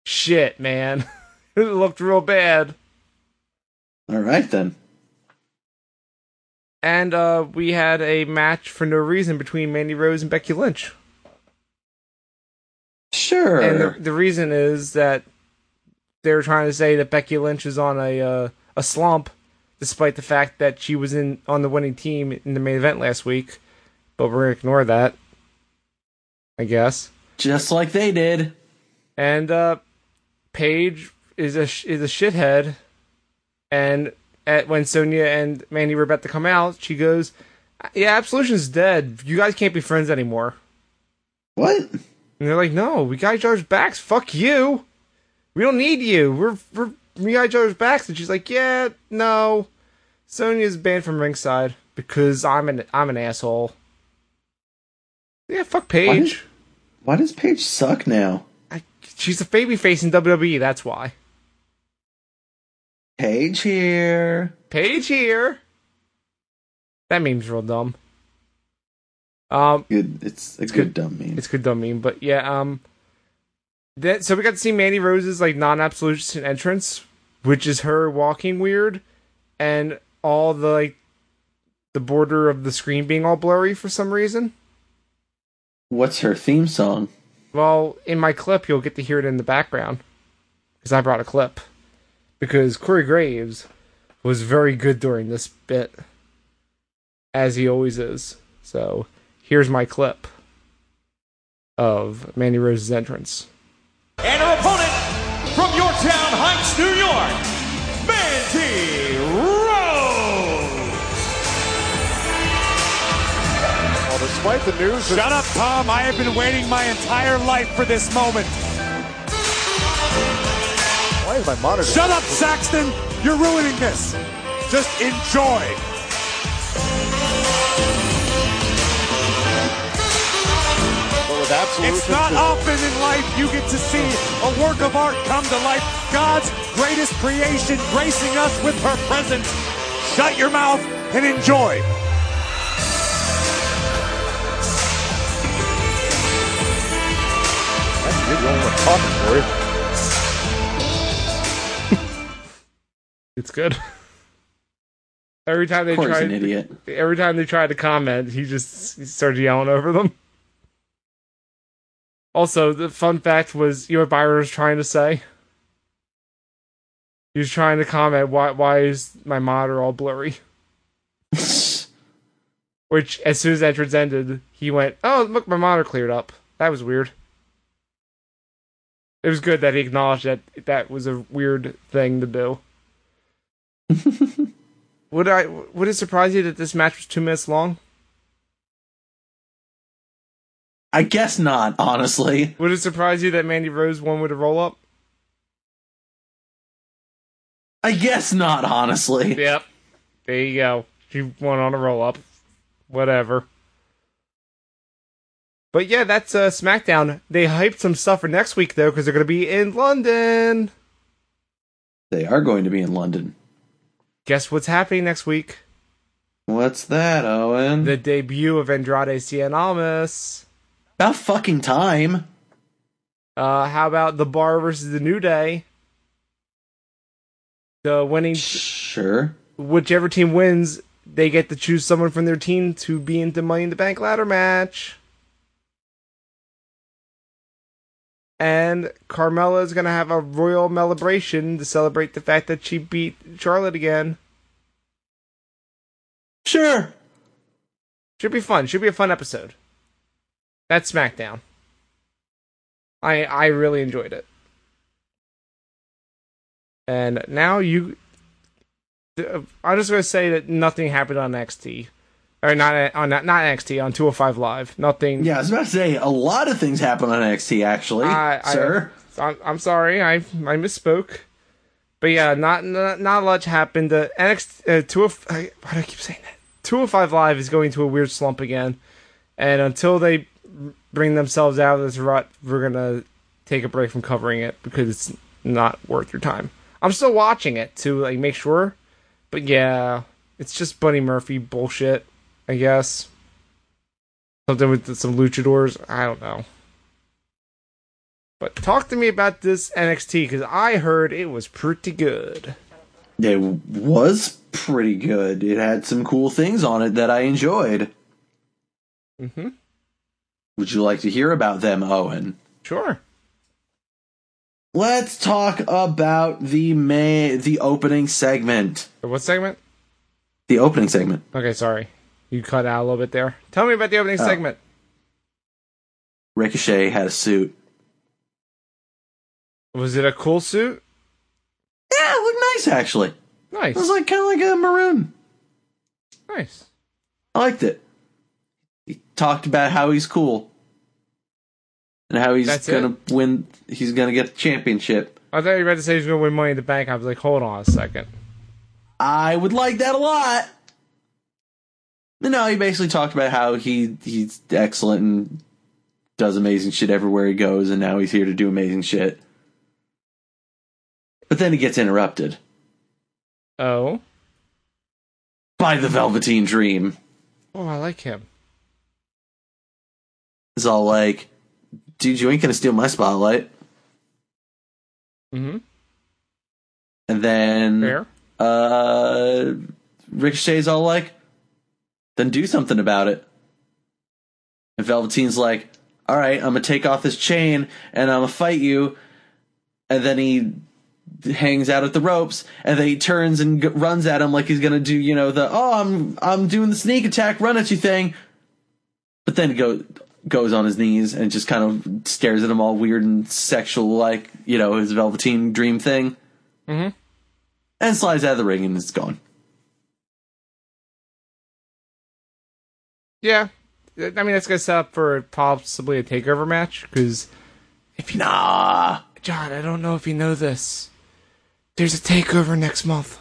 Speaker 2: Shit, man, it looked real bad.
Speaker 1: All right then.
Speaker 2: And uh, we had a match for no reason between Mandy Rose and Becky Lynch.
Speaker 1: Sure.
Speaker 2: And the, the reason is that they were trying to say that Becky Lynch is on a uh, a slump, despite the fact that she was in on the winning team in the main event last week. But we're gonna ignore that, I guess.
Speaker 1: Just like they did.
Speaker 2: And uh, Paige is a sh- is a shithead, and at, when Sonya and Mandy were about to come out, she goes, "Yeah, Absolution's dead. You guys can't be friends anymore."
Speaker 1: What?
Speaker 2: And they're like, no, we got each other's backs. Fuck you. We don't need you. We're, we're we got each other's backs. And she's like, yeah, no. Sonya's banned from ringside because I'm an I'm an asshole. Yeah, fuck
Speaker 1: Why
Speaker 2: Paige.
Speaker 1: does, why does Paige suck now?
Speaker 2: I, she's a babyface in WWE. That's why.
Speaker 1: Paige here.
Speaker 2: Paige here. That meme's real dumb. Um,
Speaker 1: Good. It's a good, dumb meme.
Speaker 2: It's good dumb meme, but yeah, um that so we got to see Mandy Rose's like non absolution entrance, which is her walking weird and all the like the border of the screen being all blurry for some reason.
Speaker 1: What's her theme song?
Speaker 2: Well, in my clip you'll get to hear it in the background. Because I brought a clip. Because Corey Graves was very good during this bit. As he always is. So here's my clip of Mandy Rose's entrance.
Speaker 4: And her opponent from Yorktown Heights, New York, Mandy Rose.
Speaker 5: Well, despite the news, that-
Speaker 4: Shut up, Tom. I have been waiting my entire life for this moment.
Speaker 5: why is my monitor?
Speaker 4: Shut up, Saxton. You're ruining this. Just enjoy.
Speaker 5: But with absolute
Speaker 4: It's not often in life you get to see a work of art come to life. God's greatest creation gracing us with her presence. Shut your mouth and enjoy.
Speaker 5: You're the only one talking for it.
Speaker 2: It's good. Every time they
Speaker 1: Corey's
Speaker 2: try,
Speaker 1: an idiot.
Speaker 2: every time they try to comment, he just he started yelling over them. Also, the fun fact was, you know what Byron was trying to say? He was trying to comment, why why is my monitor all blurry? Which, as soon as that entrance ended, he went, oh, look, my monitor cleared up. That was weird. It was good that he acknowledged that that was a weird thing to do. Would I would it surprise you that this match was two minutes long?
Speaker 1: I guess not, honestly.
Speaker 2: Would it surprise you that Mandy Rose won with a roll up?
Speaker 1: I guess not, honestly.
Speaker 2: Yep. There you go. She won on a roll up. Whatever. But yeah, that's uh, SmackDown. They hyped some stuff for next week though, because they're going to be in London.
Speaker 1: They are going to be in London.
Speaker 2: Guess what's happening next week?
Speaker 1: What's that, Owen?
Speaker 2: The debut of Andrade Cien Almas.
Speaker 1: About fucking time.
Speaker 2: Uh, how about the Bar versus the New Day? The winning
Speaker 1: Sure.
Speaker 2: whichever team wins, they get to choose someone from their team to be in the Money in the Bank ladder match. And Carmella is going to have a royal celebration to celebrate the fact that she beat Charlotte again.
Speaker 1: Sure.
Speaker 2: Should be fun. Should be a fun episode. That's SmackDown. I I really enjoyed it. And now you, th- I'm just gonna say that nothing happened on NXT. or not on not NXT on 205 Live. Nothing.
Speaker 1: Yeah, I was about to say a lot of things happen on NXT actually,
Speaker 2: I, I-
Speaker 1: sir.
Speaker 2: I'm, I'm sorry, I I misspoke. But yeah, not not, not much happened. Uh, NXT uh, two of I, why do I keep saying that? Two of five live is going to a weird slump again, and until they bring themselves out of this rut, we're gonna take a break from covering it because it's not worth your time. I'm still watching it to like make sure, but yeah, it's just Buddy Murphy bullshit, I guess. Something with some luchadors. I don't know. But talk to me about this NXT because I heard it was pretty good.
Speaker 1: it was pretty good. It had some cool things on it that I enjoyed.
Speaker 2: Mm-hmm.
Speaker 1: Would you like to hear about them, Owen?
Speaker 2: Sure.
Speaker 1: Let's talk about the May the opening segment.
Speaker 2: What segment?
Speaker 1: The opening segment.
Speaker 2: Okay, sorry, you cut out a little bit there. Tell me about the opening
Speaker 1: Oh.
Speaker 2: segment.
Speaker 1: Ricochet had a suit.
Speaker 2: Was it a cool suit?
Speaker 1: Yeah, it looked nice actually. It
Speaker 2: Nice,
Speaker 1: was like kind of like a maroon.
Speaker 2: nice.
Speaker 1: I liked it. He talked about how he's cool and how he's
Speaker 2: That's
Speaker 1: gonna win. He's gonna get the championship.
Speaker 2: I thought you were about to say he was going to win Money in the Bank. I was like, hold on a second.
Speaker 1: I would like that a lot. But No, he basically talked about how he he's excellent and does amazing shit everywhere he goes, and now he's here to do amazing shit. But then he gets interrupted
Speaker 2: Oh,
Speaker 1: by the Velveteen Dream.
Speaker 2: oh, I like him.
Speaker 1: It's all like, "Dude, you ain't gonna steal my spotlight."
Speaker 2: Mm-hmm.
Speaker 1: And then
Speaker 2: Fair.
Speaker 1: uh, Ricochet's all like, then do something about it. And Velveteen's like, all right, I'm gonna take off this chain and I'm gonna fight you. And then he hangs out at the ropes, and then he turns and g- runs at him like he's gonna do, you know, the oh, I'm I'm doing the sneak attack, run at you thing. But then he go goes on his knees and just kind of stares at him all weird and sexual, like you know his Velveteen Dream thing and slides out of the ring and it's gone.
Speaker 2: Yeah, I mean that's going to set up for possibly a takeover match because
Speaker 1: Nah.
Speaker 2: John, I don't know if you know this. There's a takeover next month.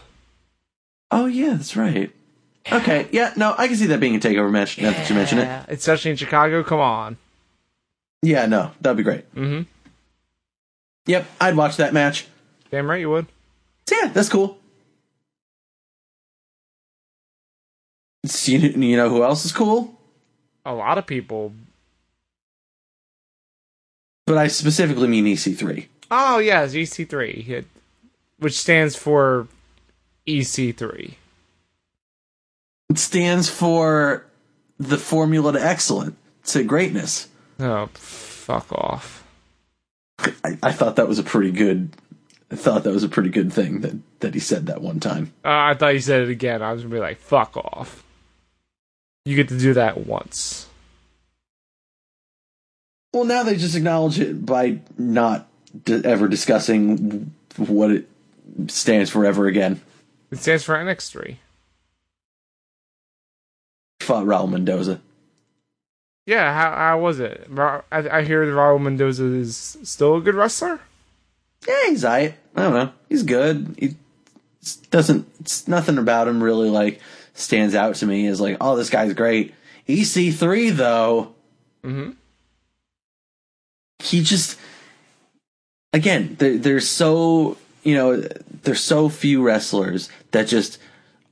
Speaker 1: Oh yeah, that's right. Okay, yeah, no, I can see that being a takeover match now that you mention it.
Speaker 2: Yeah, especially in Chicago. Come on.
Speaker 1: Yeah, no, that'd be great.
Speaker 2: Mhm.
Speaker 1: Yep, I'd watch that match.
Speaker 2: Damn right you would.
Speaker 1: So yeah, that's cool. So you, you know who else is cool?
Speaker 2: A lot of people.
Speaker 1: But I specifically mean E EC3.
Speaker 2: Oh yeah, it's EC3, it- which stands for E EC3.
Speaker 1: It stands for the formula to excellent, to greatness.
Speaker 2: Oh, fuck off.
Speaker 1: I, I thought that was a pretty good. I thought that was a pretty good thing that that he said that one time.
Speaker 2: Uh, I thought you said it again. I was gonna be like, fuck off. You get to do that once.
Speaker 1: Well, now they just acknowledge it by not d- ever discussing what it stands for ever again.
Speaker 2: It stands for NX3.
Speaker 1: Fought Raul Mendoza.
Speaker 2: Yeah, how, how was it? Ra- I, I hear Raul Mendoza is still a good wrestler.
Speaker 1: Yeah, he's aight. I don't know. He's good. He s- doesn't. It's nothing about him really like stands out to me as like, oh, this guy's great. EC3 though,
Speaker 2: Mhm.
Speaker 1: he just again there, there's so you know there's so few wrestlers that just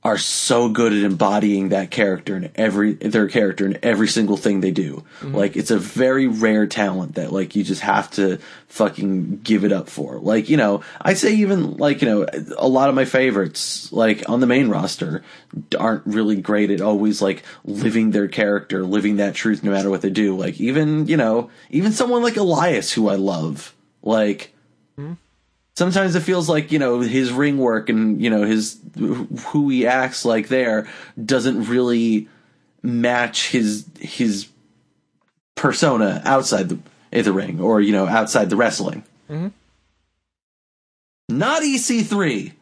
Speaker 1: are so good at embodying that character in every their character in every single thing they do like it's a very rare talent that like you just have to fucking give it up for like you know i'd say even like you know a lot of my favorites like on the main roster aren't really great at always like living their character living that truth no matter what they do like even you know even someone like elias who i love like
Speaker 2: Hmm?
Speaker 1: sometimes it feels like you know his ring work and you know his who he acts like there doesn't really match his his persona outside the in the ring or you know outside the wrestling.
Speaker 2: Mm-hmm.
Speaker 1: Not EC3.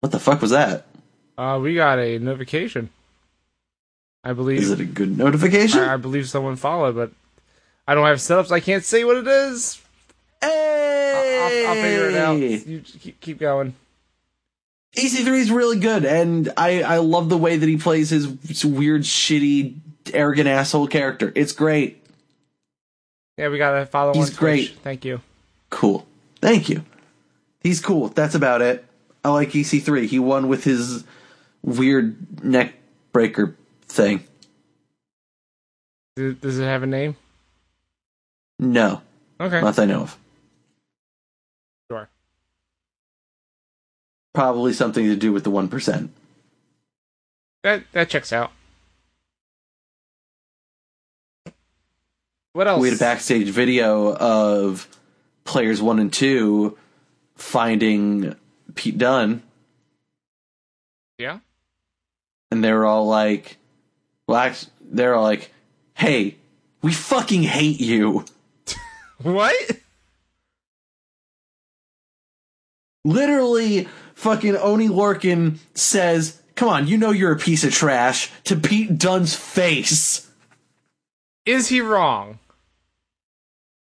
Speaker 1: What the fuck was that?
Speaker 2: Uh, we got a notification. I
Speaker 1: Is
Speaker 2: believe
Speaker 1: it a good notification?
Speaker 2: I, I believe someone followed, but I don't have setups. I can't say what it is.
Speaker 1: hey!
Speaker 2: I'll, I'll figure it out. You just keep, keep going.
Speaker 1: EC3 E is really good, and I, I love the way that he plays his weird, shitty, arrogant asshole character. It's great.
Speaker 2: Yeah, we gotta follow.
Speaker 1: He's
Speaker 2: on Twitch.
Speaker 1: great.
Speaker 2: Thank you.
Speaker 1: Cool. Thank you. He's cool. That's about it. I like EC3. He won with his weird neck breaker thing.
Speaker 2: Does, does it have a name?
Speaker 1: No,
Speaker 2: Okay.
Speaker 1: not that I know of.
Speaker 2: Sure.
Speaker 1: Probably something to do with the 1%.
Speaker 2: That that checks out. What else?
Speaker 1: We had a backstage video of players one and two finding Pete Dunn.
Speaker 2: Yeah.
Speaker 1: and they were all like, well, act- they were all like, hey, we fucking hate you.
Speaker 2: What?
Speaker 1: Literally, fucking Oni Lorkin says, come on, you know you're a piece of trash to Pete Dunn's face.
Speaker 2: Is he wrong?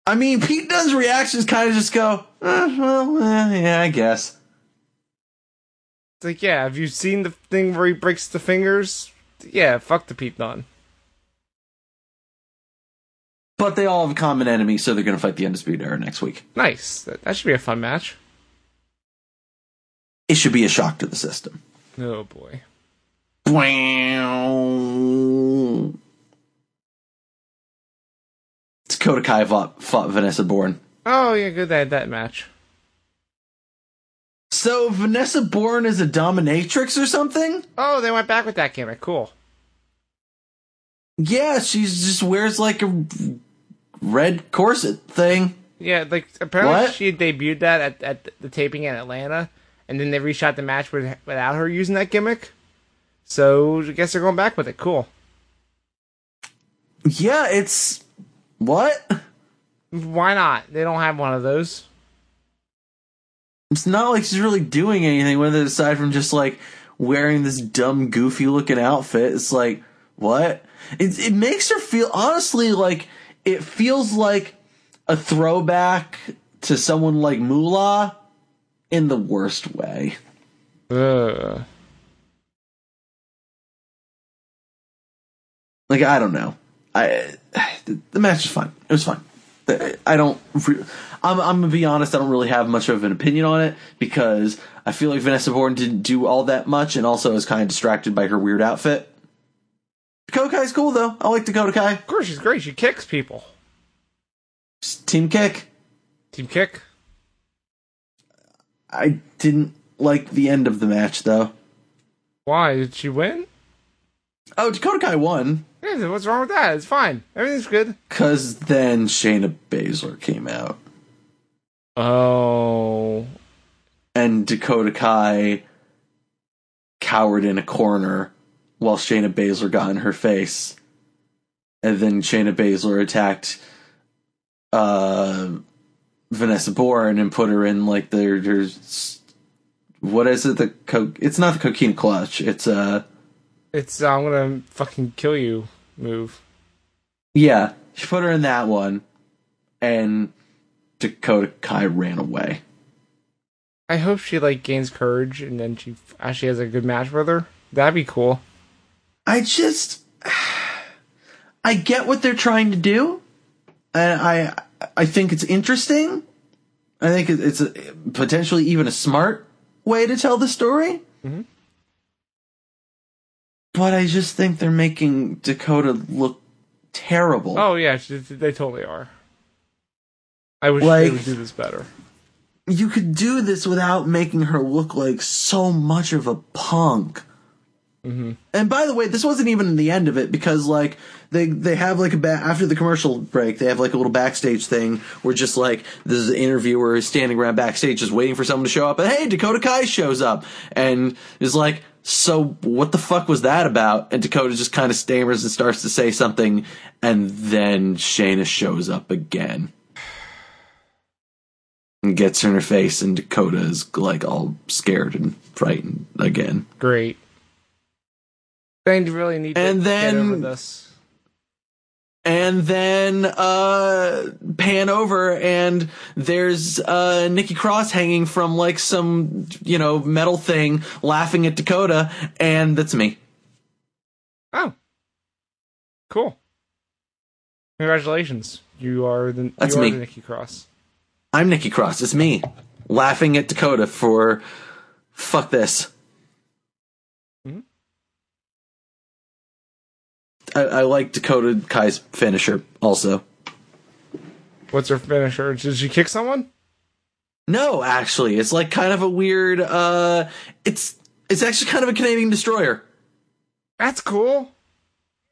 Speaker 1: I mean, Pete Dunn's reactions kind of just go, eh, well, eh, yeah, I guess.
Speaker 2: It's like, yeah, have you seen the thing where he breaks the fingers? Yeah, fuck the Pete Dunn.
Speaker 1: But they all have a common enemy, so they're going to fight the Undisputed Era next week.
Speaker 2: Nice. That, that should be a fun match.
Speaker 1: It should be a shock to the system.
Speaker 2: Oh boy.
Speaker 1: It's Dakota Kai fought, fought Vanessa Bourne.
Speaker 2: Oh yeah, good that that match.
Speaker 1: So Vanessa Bourne is a dominatrix or something?
Speaker 2: Oh, they went back with that gimmick. Cool.
Speaker 1: Yeah, she just wears like a red corset thing.
Speaker 2: Yeah, like apparently
Speaker 1: What?
Speaker 2: she had debuted that at, at the taping in Atlanta, and then they reshot the match with, without her using that gimmick. So I guess they're going back with it. Cool.
Speaker 1: Yeah, it's what?
Speaker 2: Why not? They don't have one of those.
Speaker 1: It's not like she's really doing anything with it aside from just like wearing this dumb, goofy looking outfit. It's like, what? It, it makes her feel, honestly, like it feels like a throwback to someone like Moolah in the worst way.
Speaker 2: Ugh.
Speaker 1: Like, I don't know. I, the, the match was fun. It was fun. The- I don't, re- I'm, I'm gonna be honest, I don't really have much of an opinion on it because I feel like Vanessa Bourne didn't do all that much and also is kind of distracted by her weird outfit. Dakota Kai's cool though. I like Dakota Kai.
Speaker 2: Of course, she's great. She kicks people.
Speaker 1: Team kick.
Speaker 2: Team kick.
Speaker 1: I didn't like the end of the match though.
Speaker 2: Why did she win?
Speaker 1: Oh, Dakota Kai won
Speaker 2: Yeah, what's wrong with that? It's fine. Everything's good.
Speaker 1: because then Shayna Baszler came out.
Speaker 2: Oh,
Speaker 1: and Dakota Kai cowered in a corner while Shayna Baszler got in her face. And then Shayna Baszler attacked uh, Vanessa Bourne and put her in like their, their s- what is it? The co- it's not the cocaine clutch. It's uh
Speaker 2: it's uh, I'm gonna fucking kill you. Move.
Speaker 1: yeah. She put her in that one, and Dakota Kai ran away.
Speaker 2: I hope she like gains courage and then she f- actually has a good match with her. That'd be cool.
Speaker 1: I just I get what they're trying to do, and I I think it's interesting. I think it- it's a, potentially even a smart way to tell the story. But I just think they're making Dakota look terrible.
Speaker 2: Oh yeah, she, they totally are. I wish
Speaker 1: Like-
Speaker 2: they would do this better.
Speaker 1: You could do this without making her look like so much of a punk. And by the way, this wasn't even the end of it because like they they have like a ba- after the commercial break they have like a little backstage thing where just like this interviewer is standing around backstage just waiting for someone to show up and hey Dakota Kai shows up and is like so what the fuck was that about and Dakota just kind of stammers and starts to say something and then Shayna shows up again and gets her in her face and Dakota is like all scared and frightened again.
Speaker 2: Great. They really need
Speaker 1: And
Speaker 2: to get
Speaker 1: then-
Speaker 2: over this.
Speaker 1: and then uh pan over and there's uh Nikki Cross hanging from like some you know metal thing laughing at Dakota and that's me.
Speaker 2: Oh, cool! Congratulations, you are the
Speaker 1: That's
Speaker 2: you are
Speaker 1: me.
Speaker 2: the Nikki Cross.
Speaker 1: I'm Nikki Cross. It's me laughing at Dakota for fuck this.
Speaker 2: Mhm.
Speaker 1: I, I like Dakota Kai's finisher also.
Speaker 2: What's her finisher? Did she kick someone?
Speaker 1: No, actually, it's like kind of a weird. uh It's it's actually kind of a Canadian destroyer.
Speaker 2: That's cool.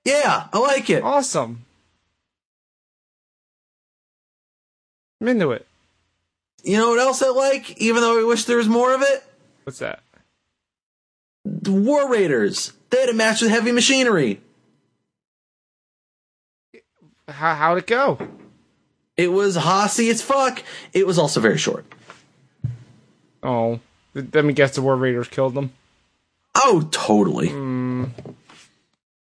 Speaker 1: Yeah, I like it.
Speaker 2: Awesome. I'm into it.
Speaker 1: You know what else I like? Even though I wish there was more of it,
Speaker 2: What's that?
Speaker 1: the War Raiders. They had a match with Heavy Machinery.
Speaker 2: How how'd it go?
Speaker 1: It was hossy as fuck. It was also very short.
Speaker 2: Oh, let me guess. The War Raiders killed them.
Speaker 1: Oh, totally.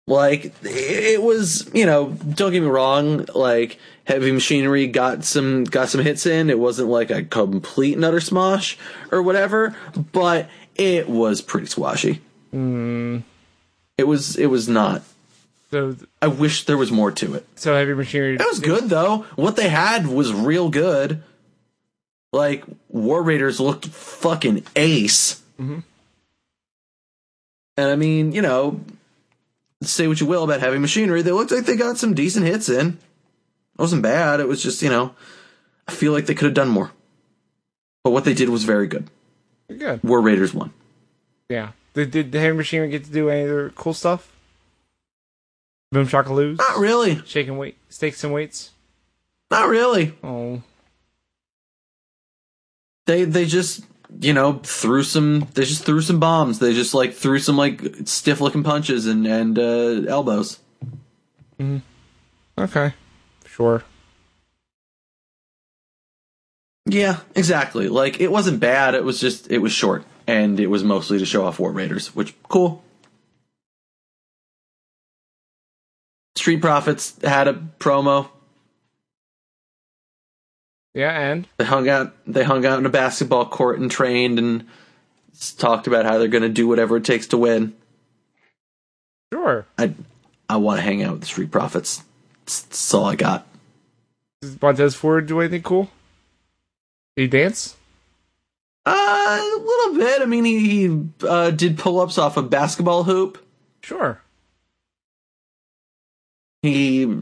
Speaker 1: Like it- it was, you know. Don't get me wrong. Like heavy machinery got some got some hits in. It wasn't like a complete and utter smosh or whatever, but it was pretty squashy. It was. It was not.
Speaker 2: So
Speaker 1: I wish there was more to it.
Speaker 2: so heavy machinery.
Speaker 1: It was good though. What they had was real good. Like War Raiders looked fucking ace. And I mean, you know, say what you will about heavy machinery, they looked like they got some decent hits in. It wasn't bad. It was just, you know, I feel like they could have done more. But what they did was very good.
Speaker 2: Good.
Speaker 1: War Raiders won.
Speaker 2: Yeah. Did, did the heavy machinery get to do any other cool stuff? Boom shakaloo's?
Speaker 1: Not really.
Speaker 2: Shaking weight, stakes and weights.
Speaker 1: Not really.
Speaker 2: Oh,
Speaker 1: they they just you know threw some they just threw some bombs they just like threw some like stiff looking punches and and uh, elbows
Speaker 2: okay. Sure.
Speaker 1: yeah exactly like it wasn't bad it was just it was short and it was mostly to show off war raiders which cool street profits had a promo
Speaker 2: Yeah, and
Speaker 1: they hung out they hung out in a basketball court and trained and s- talked about how they're going to do whatever it takes to win
Speaker 2: sure.
Speaker 1: i i want to hang out with the street profits S- that's all i got
Speaker 2: Does Montez Ford do anything cool? Did he dance?
Speaker 1: Uh, a little bit. I mean, he, he uh, did pull ups off a basketball hoop.
Speaker 2: Sure.
Speaker 1: He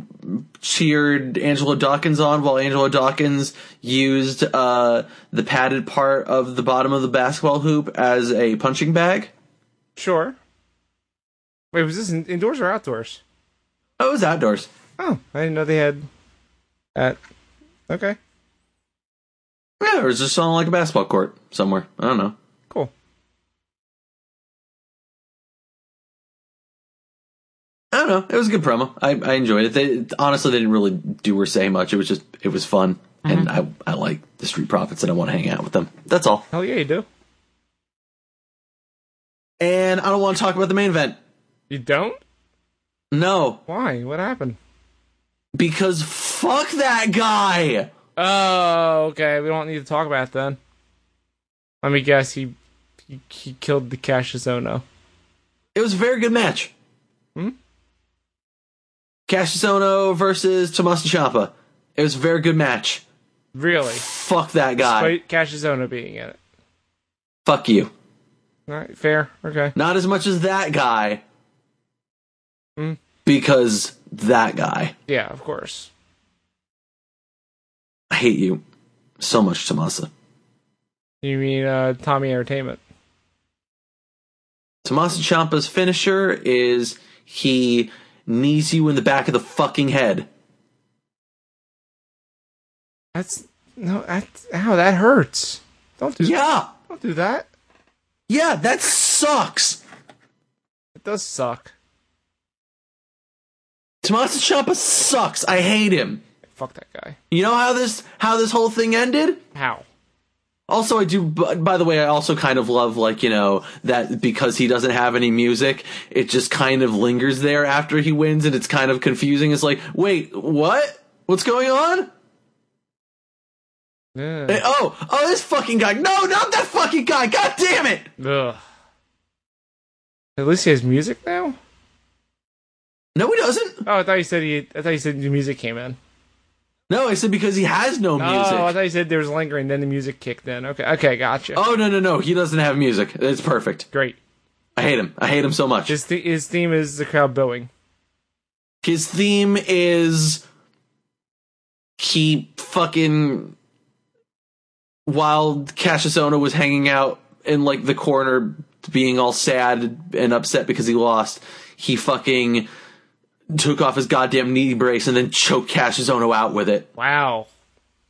Speaker 1: cheered Angela Dawkins on while Angela Dawkins used uh, the padded part of the bottom of the basketball hoop as a punching bag.
Speaker 2: Sure. Wait, was this in- indoors or outdoors?
Speaker 1: Oh, it was outdoors.
Speaker 2: Oh, I didn't know they had that. Okay,
Speaker 1: Yeah, it was just on like a basketball court somewhere. I don't know.
Speaker 2: cool.
Speaker 1: I don't know. It was a good promo. I, I enjoyed it. They honestly they didn't really do or say much. It was just it was fun, and I I like the Street Profits, and I want to hang out with them. That's all.
Speaker 2: Hell yeah, you do.
Speaker 1: And I don't want to talk about the main event.
Speaker 2: You don't?
Speaker 1: No,
Speaker 2: Why? What happened?
Speaker 1: because fuck that guy.
Speaker 2: Oh, okay. We don't need to talk about it then. Let me guess. He he, he killed the Cassius Ono.
Speaker 1: It was a very good match.
Speaker 2: Hmm?
Speaker 1: Cassius Ohno versus Tommaso Ciampa. It was a very good match.
Speaker 2: Really?
Speaker 1: Fuck that guy.
Speaker 2: Despite Cassius Ono being in it.
Speaker 1: Fuck you.
Speaker 2: All right, fair. Okay.
Speaker 1: Not as much as that guy.
Speaker 2: Hmm?
Speaker 1: Because that guy.
Speaker 2: Yeah, of course.
Speaker 1: I hate you so much, Tommaso.
Speaker 2: You mean uh, Tommy Entertainment?
Speaker 1: Tommaso Ciampa's finisher is he knees you in the back of the fucking head.
Speaker 2: That's no. That's ow. That hurts. Don't do.
Speaker 1: Yeah.
Speaker 2: Don't do that.
Speaker 1: Yeah, that sucks.
Speaker 2: It does suck.
Speaker 1: Tommaso Ciampa sucks. I hate him.
Speaker 2: Fuck that guy.
Speaker 1: You know how this how this whole thing ended?
Speaker 2: How?
Speaker 1: Also, I do. b- By the way, I also kind of love, like you know, that because he doesn't have any music, it just kind of lingers there after he wins, and it's kind of confusing. It's like, wait, what? What's going on?
Speaker 2: Yeah.
Speaker 1: Eh, Oh, oh, this fucking guy! No, not that fucking guy! God damn it!
Speaker 2: Ugh. At least he has music now.
Speaker 1: No, he doesn't.
Speaker 2: Oh, I thought you said he. I thought you said the music came in.
Speaker 1: No, I said because he has no music.
Speaker 2: Oh, I thought you said there was lingering. Then the music kicked in. Okay, okay, gotcha.
Speaker 1: Oh no no no! He doesn't have music. It's perfect.
Speaker 2: Great.
Speaker 1: I hate him. I hate him so much.
Speaker 2: His th- his theme is the crowd booing.
Speaker 1: His theme is he fucking while Cassius Ohno was hanging out in like the corner, being all sad and upset because he lost. He fucking took off his goddamn knee brace and then choked Cassius Ohno out with it.
Speaker 2: Wow,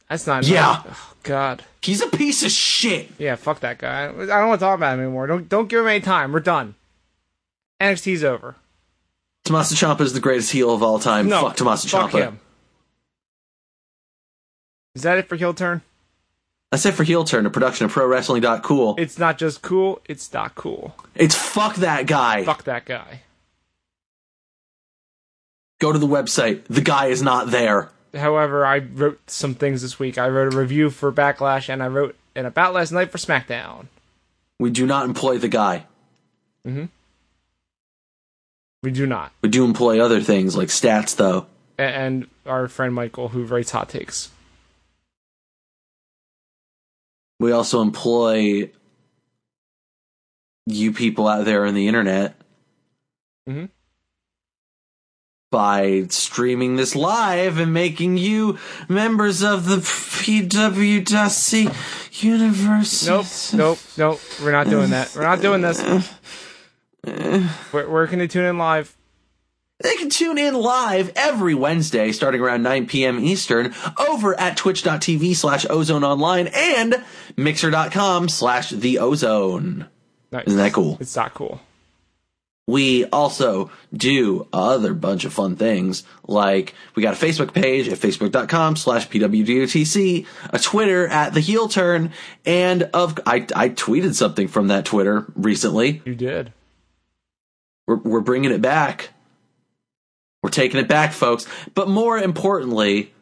Speaker 2: that's not.
Speaker 1: Yeah.
Speaker 2: Oh, God.
Speaker 1: He's a piece of shit.
Speaker 2: Yeah, fuck that guy. I don't want to talk about him anymore. Don't don't give him any time. We're done. NXT's over.
Speaker 1: Tommaso Ciampa is the greatest heel of all time.
Speaker 2: No,
Speaker 1: fuck Tommaso
Speaker 2: fuck
Speaker 1: Ciampa.
Speaker 2: him. Is that it for heel turn?
Speaker 1: That's it for heel turn. A production of Pro Wrestling. Cool.
Speaker 2: It's not just cool. It's not cool.
Speaker 1: It's fuck that guy.
Speaker 2: Fuck that guy.
Speaker 1: Go to the website. The guy is not there.
Speaker 2: However, I wrote some things this week. I wrote a review for Backlash, and I wrote an about last night for SmackDown.
Speaker 1: We do not employ the guy.
Speaker 2: We do not.
Speaker 1: We do employ other things like stats, though.
Speaker 2: A- And our friend Michael, who writes hot takes.
Speaker 1: We also employ you people out there on the internet
Speaker 2: Mhm.
Speaker 1: by streaming this live and making you members of the PWC universe.
Speaker 2: Nope, nope, nope. We're not doing that. We're not doing this. Where, where can they tune in live?
Speaker 1: They can tune in live every Wednesday starting around 9 p.m. Eastern over at twitch.tv slash ozone online and mixer.com slash the ozone.
Speaker 2: Nice.
Speaker 1: Isn't that cool?
Speaker 2: It's not cool.
Speaker 1: We also do other bunch of fun things like we got a Facebook page at facebook.com slash pwdotc, a Twitter at the heel turn, and of I, I tweeted something from that Twitter recently.
Speaker 2: You did.
Speaker 1: We're, we're bringing it back. We're taking it back, folks. But more importantly,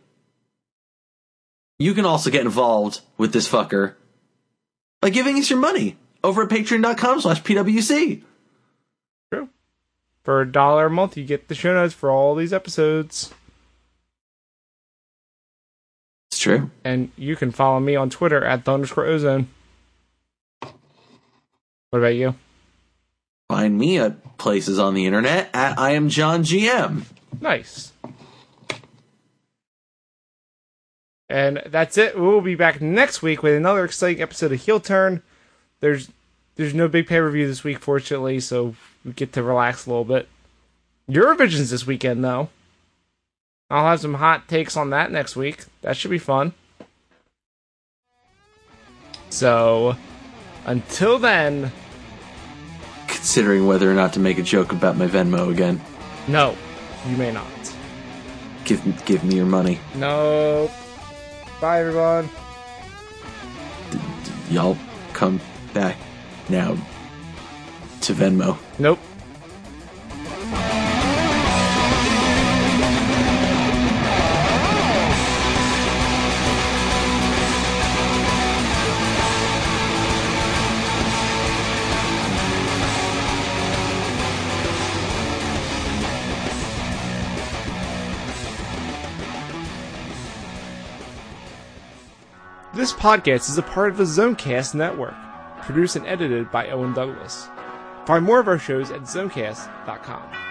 Speaker 1: you can also get involved with this fucker by giving us your money over at patreon.com slash pwc.
Speaker 2: True. For a dollar a month, you get the show notes for all these episodes.
Speaker 1: It's true.
Speaker 2: And you can follow me on Twitter at the underscore ozone. What about you?
Speaker 1: Find me at places on the internet at I am John GM.
Speaker 2: Nice. And that's it. We'll be back next week with another exciting episode of Heel Turn. There's there's no big pay review this week, fortunately, so we get to relax a little bit. Eurovision's this weekend, though. I'll have some hot takes on that next week. That should be fun. So, until then,
Speaker 1: Considering whether or not to make a joke about my Venmo again.
Speaker 2: no, you may not.
Speaker 1: Give give me your money.
Speaker 2: Nope. Bye, everyone.
Speaker 1: Y'all come back now to Venmo.
Speaker 2: Nope. This podcast is a part of the Zonecast network, produced and edited by Owen Douglas. Find more of our shows at zonecast.com.